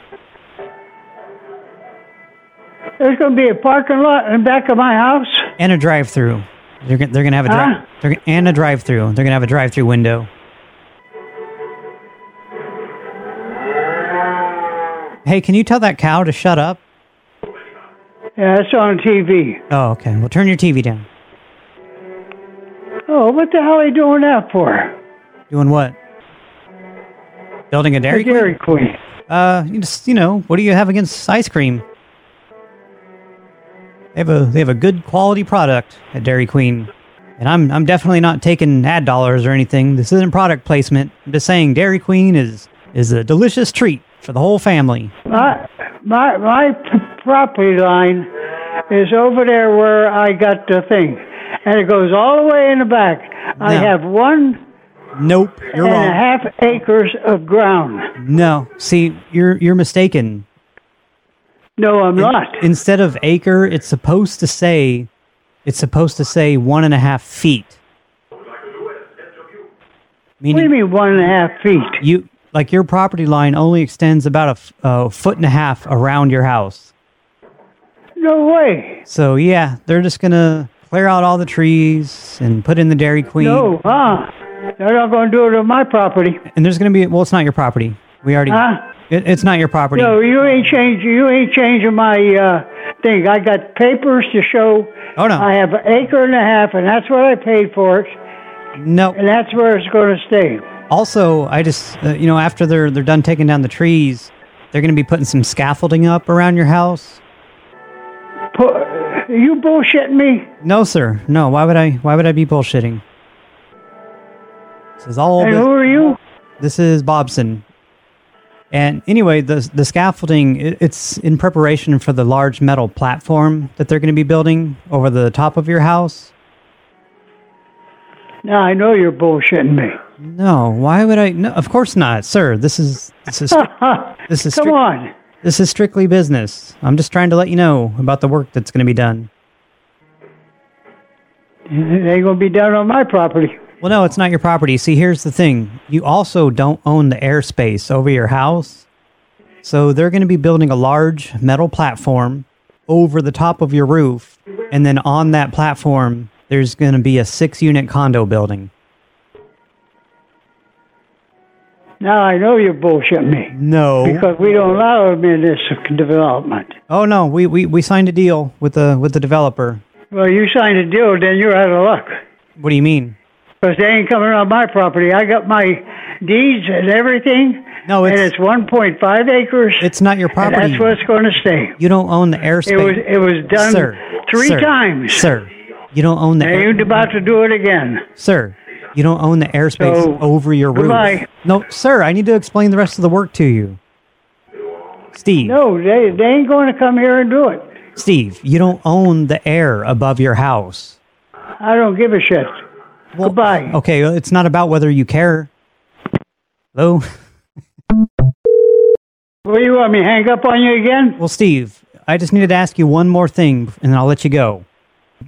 There's going to be a parking lot in back of my house. and a drive-through. They're gonna, they're gonna have a drive Huh? they're gonna- and a drive-through. They're gonna have a drive-through window. Hey, can you tell that cow to shut up? Yeah, it's on TV. Oh, okay. Well, turn your TV down. Oh, what the hell are you doing that for? Doing what? Building a Dairy A Dairy Queen. Uh, you just you know, what do you have against ice cream? They have a they have a good quality product at Dairy Queen, and I'm I'm definitely not taking ad dollars or anything. This isn't product placement. I'm just saying Dairy Queen is is a delicious treat for the whole family. My my my p- property line is over there where I got the thing, and it goes all the way in the back. I No. have one Nope, and a half you're wrong. acres of ground. No, see, you're you're mistaken. No, I'm not. Instead of acre, it's supposed to say, it's supposed to say one and a half feet. Meaning, what do you mean one and a half feet? You like your property line only extends about a f- a foot and a half around your house. No way. So yeah, they're just gonna clear out all the trees and put in the Dairy Queen. No, huh? They're not going to do it on my property. And there's gonna be well, it's not your property. We already Huh? It, it's not your property. No, you ain't changing. You ain't changing my uh, thing. I got papers to show. Oh no. I have an acre and a half, and that's what I paid for it. No. And that's where it's going to stay. Also, I just uh, you know after they're they're done taking down the trees, they're going to be putting some scaffolding up around your house. Pu- uh, you bullshitting me? No, sir. No. Why would I? Why would I be bullshitting? This is all. And who are you? This is Bobson. And anyway, the the scaffolding it, it's in preparation for the large metal platform that they're going to be building over the top of your house. Now I know you're bullshitting me. No, why would I? No, of course not, sir. This is this is this is Come on. This is strictly business. I'm just trying to let you know about the work that's going to be done. It ain't going to be done on my property. Well, no, it's not your property. See, here's the thing: you also don't own the airspace over your house, so they're going to be building a large metal platform over the top of your roof, and then on that platform, there's going to be a six-unit condo building. Now I know you're bullshitting me. No. Because we don't allow them in this development. Oh no, we, we, we signed a deal with the with the developer. Well, you signed a deal, then you're out of luck. What do you mean? Because they ain't coming on my property. I got my deeds and everything. No, it's, and it's 1.5 acres. It's not your property. And that's where it's going to stay. You don't own the airspace. It was it was done Sir, three sir, times. Sir, you don't own the They air, ain't about to do it again. sir. You don't own the airspace So, over your roof. goodbye. No, sir. I need to explain the rest of the work to you. Steve. No, they they ain't going to come here and do it. Steve, you don't own the air above your house. I don't give a shit. Goodbye. Okay, well, it's not about whether you care. Hello. What do you want me hang up on you again? Well, Steve, I just needed to ask you one more thing, and then I'll let you go.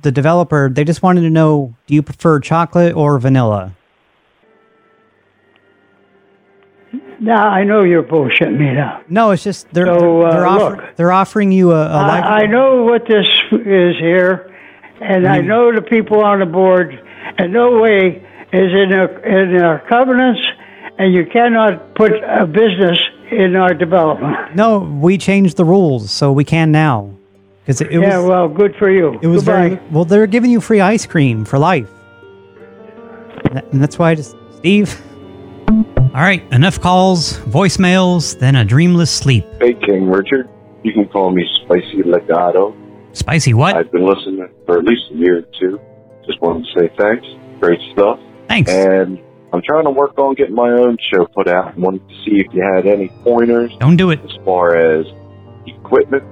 The developer, they just wanted to know: Do you prefer chocolate or vanilla? Now I know you're bullshitting me now. No, it's just they're So, uh, they're, offer- look. Uh, they're offering you a, a life. I, I know what this is here, and I Mm-hmm. know the people on the board. And no way is in our, in our covenants, and you cannot put a business in our development. No, we changed the rules, so we can now. Because it, it yeah, was, well, good for you. it was Goodbye. very well. They're giving you free ice cream for life, Th- and that's why I just Steve. All right, enough calls, voicemails, then a dreamless sleep. Hey, King Richard. You can call me Spicy Legato. Spicy what? I've been listening for at least a year or two. Just wanted to say thanks. Great stuff. Thanks. And I'm trying to work on getting my own show put out. Wanted to see if you had any pointers. Don't do it. As far as equipment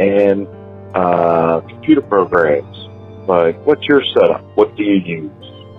and uh, computer programs. Like, what's your setup? What do you use?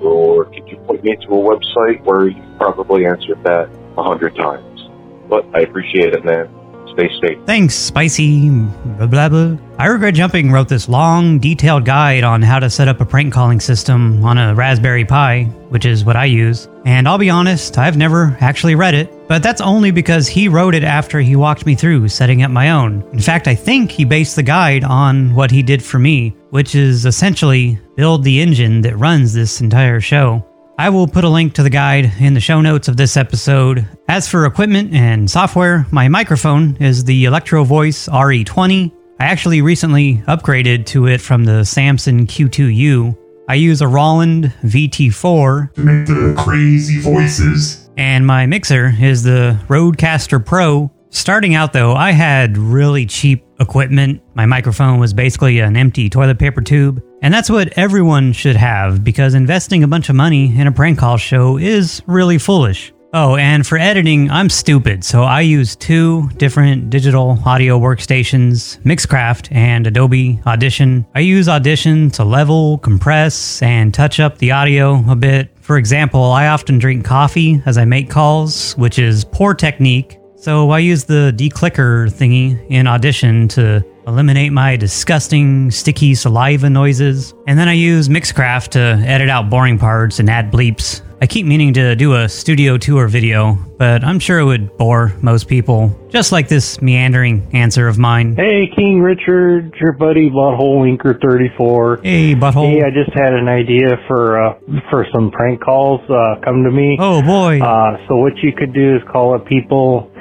Or could you point me to a website where you probably answered that a hundred times? But I appreciate it, man. Stay safe. Thanks, Spicy. Blah, blah, blah. I Regret Jumping wrote this long, detailed guide on how to set up a prank calling system on a Raspberry Pi, which is what I use. And I'll be honest, I've never actually read it, but that's only because he wrote it after he walked me through setting up my own. In fact, I think he based the guide on what he did for me, which is essentially build the engine that runs this entire show. I will put a link to the guide in the show notes of this episode. As for equipment and software, my microphone is the Electro Voice RE20. I actually recently upgraded to it from the Samson Q2U. I use a Roland VT4 to make the crazy voices, and my mixer is the Rodecaster Pro. Starting out though, I had really cheap equipment. My microphone was basically an empty toilet paper tube. And that's what everyone should have because investing a bunch of money in a prank call show is really foolish. Oh, and for editing, I'm stupid, so I use two different digital audio workstations Mixcraft and Adobe Audition. I use Audition to level, compress, and touch up the audio a bit. For example, I often drink coffee as I make calls, which is poor technique, so I use the declicker thingy in Audition to eliminate my disgusting, sticky saliva noises. And then I use Mixcraft to edit out boring parts and add bleeps. I keep meaning to do a studio tour video, but I'm sure it would bore most people, just like this meandering answer of mine. Hey, King Richard, your buddy Butthole Inker thirty four. Hey, Butthole. Hey, I just had an idea for uh, for some prank calls. Uh, come to me. Oh boy. Uh, so what you could do is call up people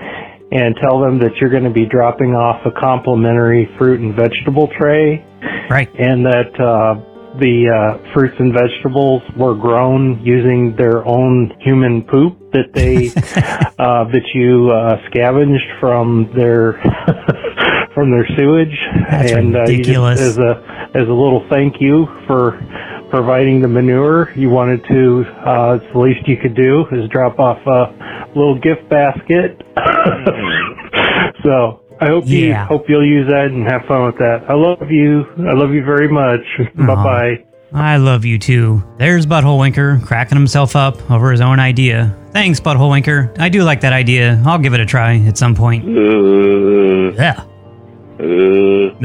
and tell them that you're going to be dropping off a complimentary fruit and vegetable tray. Right. And that uh, the uh, fruits and vegetables were grown using their own human poop that they uh, that you uh, scavenged from their from their sewage. That's and uh, you just- ridiculous. as a as a little thank you for providing the manure, you wanted to. Uh, it's the least you could do is drop off a little gift basket. so I hope you Yeah. hope you'll use that and have fun with that. I love you. I love you very much. Bye bye. I love you too. There's Butthole Winker cracking himself up over his own idea. Thanks, Butthole Winker. I do like that idea. I'll give it a try at some point. yeah. Uh.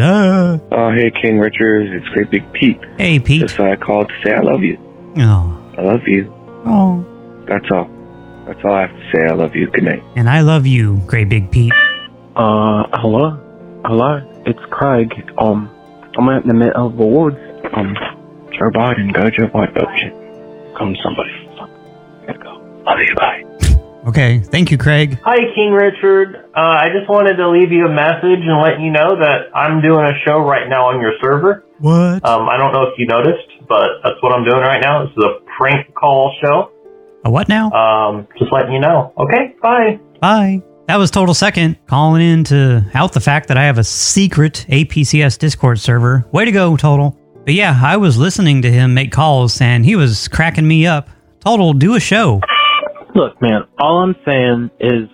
Uh. Oh, hey, King Richards. It's Great Big Pete. Hey, Pete. That's why I called to say I love you. Oh. I love you. Oh. That's all. That's all I have to say. I love you. Good night. And I love you, Great Big Pete. Uh, hello? Hello? It's Craig. Um, I'm out in the middle of the woods. Um, Joe Biden, go Joe Biden. Oh, shit. Come somebody. Fuck. Gotta go. Love you, bye. Okay. Thank you, Craig. Hi, King Richard. Uh, I just wanted to leave you a message and let you know that I'm doing a show right now on your server. What? Um, I don't know if you noticed, but that's what I'm doing right now. This is a prank call show. A what now? Um, just letting you know. Okay, bye. Bye. That was Total Second calling in to out the fact that I have a secret APCS Discord server. Way to go, Total. But yeah, I was listening to him make calls and he was cracking me up. Total, do a show. Look, man, all I'm saying is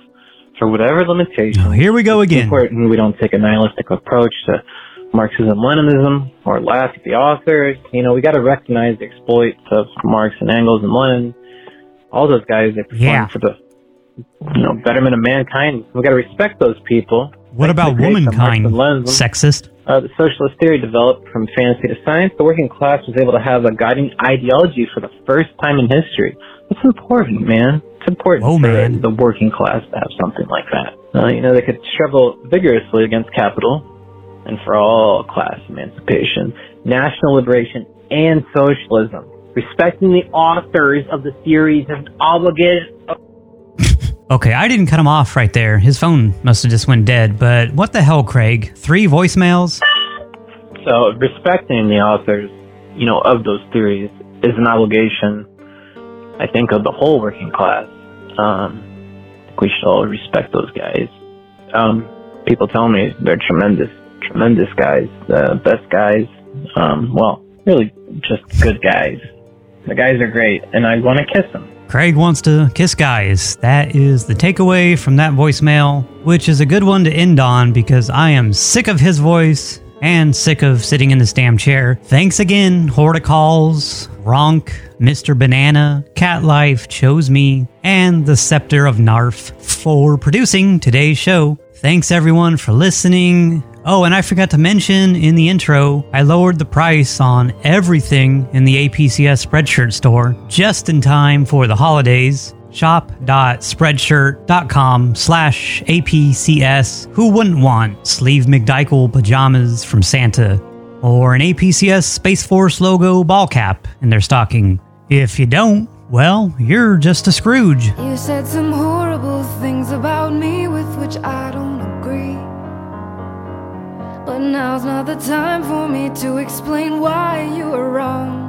for whatever limitations. Oh, here we go again. It's important we don't take a nihilistic approach to Marxism Leninism or laugh at the author. You know, we got to recognize the exploits of Marx and Engels and Lenin. All those guys that performed Yeah. for the you know betterment of mankind. We got to respect those people. What about womankind? Sexist? Uh, the socialist theory developed from fantasy to science. The working class was able to have a guiding ideology for the first time in history. It's important, man. It's important Oh, for the working class to have something like that. Uh, you know, they could struggle vigorously against capital and for all class emancipation, national liberation, and socialism. Respecting the authors of the theories is an obligation. Okay, I didn't cut him off right there. His phone must have just went dead, but what the hell, Craig? Three voicemails? So respecting the authors, you know, of those theories is an obligation, I think, of the whole working class. Um, I think we should all respect those guys. Um, people tell me they're tremendous, tremendous guys, the best guys. Um, well, really, just good guys. The guys are great, and I want to kiss them. Craig wants to kiss guys. That is the takeaway from that voicemail, which is a good one to end on because I am sick of his voice and sick of sitting in this damn chair. Thanks again, Horticalls, Ronk, Mr. Banana, Cat Life, Chose Me, and the Scepter of Narf for producing today's show. Thanks everyone for listening. Oh, and I forgot to mention in the intro, I lowered the price on everything in the APCS Spreadshirt store just in time for the holidays. Shop.spreadshirt.com slash APCS. Who wouldn't want sleeve McDykel pajamas from Santa or an APCS Space Force logo ball cap in their stocking? If you don't, well, you're just a Scrooge. You said some horrible things about me with which I don't agree. But now's not the time for me to explain why you were wrong.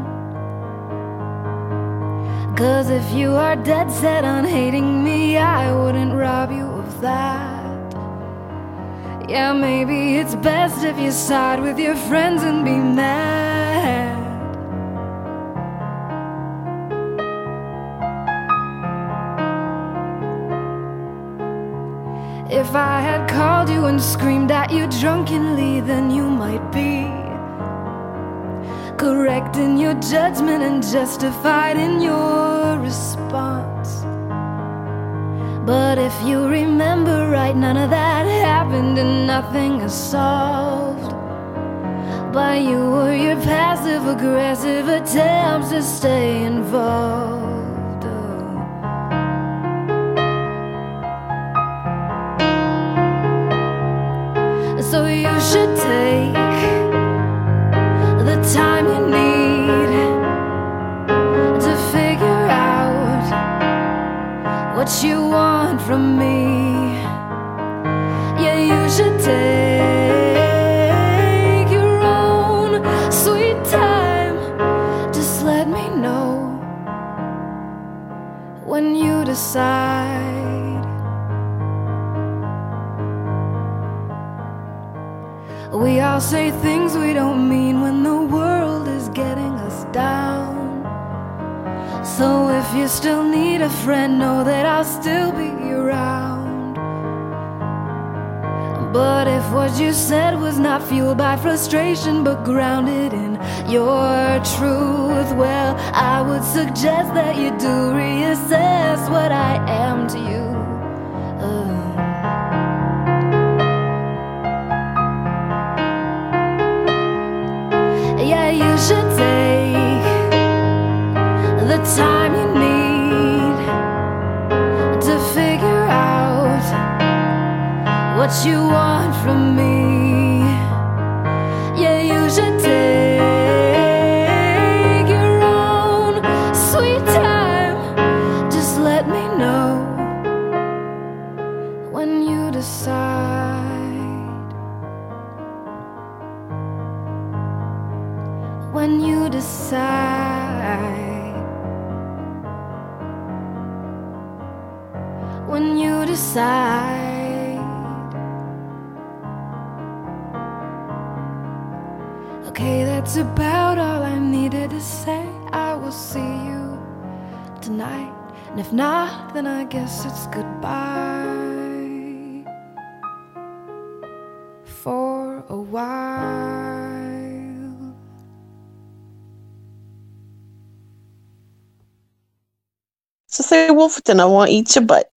Cause if you are dead set on hating me, I wouldn't rob you of that. Yeah, maybe it's best if you side with your friends and be mad. If I had called you and screamed at you drunkenly, then you might be correct in your judgment and justified in your response. But if you remember right, none of that happened and nothing is solved by you or your passive aggressive attempts to stay involved. So you should take the time you need to figure out what you want from me. when you decide. We all say things we don't mean when the world is getting us down. So if you still need a friend, know that I'll still be around. But if what you said was not fueled by frustration but grounded in your truth, well, I would suggest that you do reassess what I am to you. Uh. Yeah, you should take the time you need to figure out what you want from me. Yeah, you should take your own sweet time. Just let me know when you decide. When you decide. When you decide. Okay, that's about all I needed to say. I will see you tonight. And if not, then I guess it's goodbye for a while. Cecilia Wolferton, I want to eat your butt.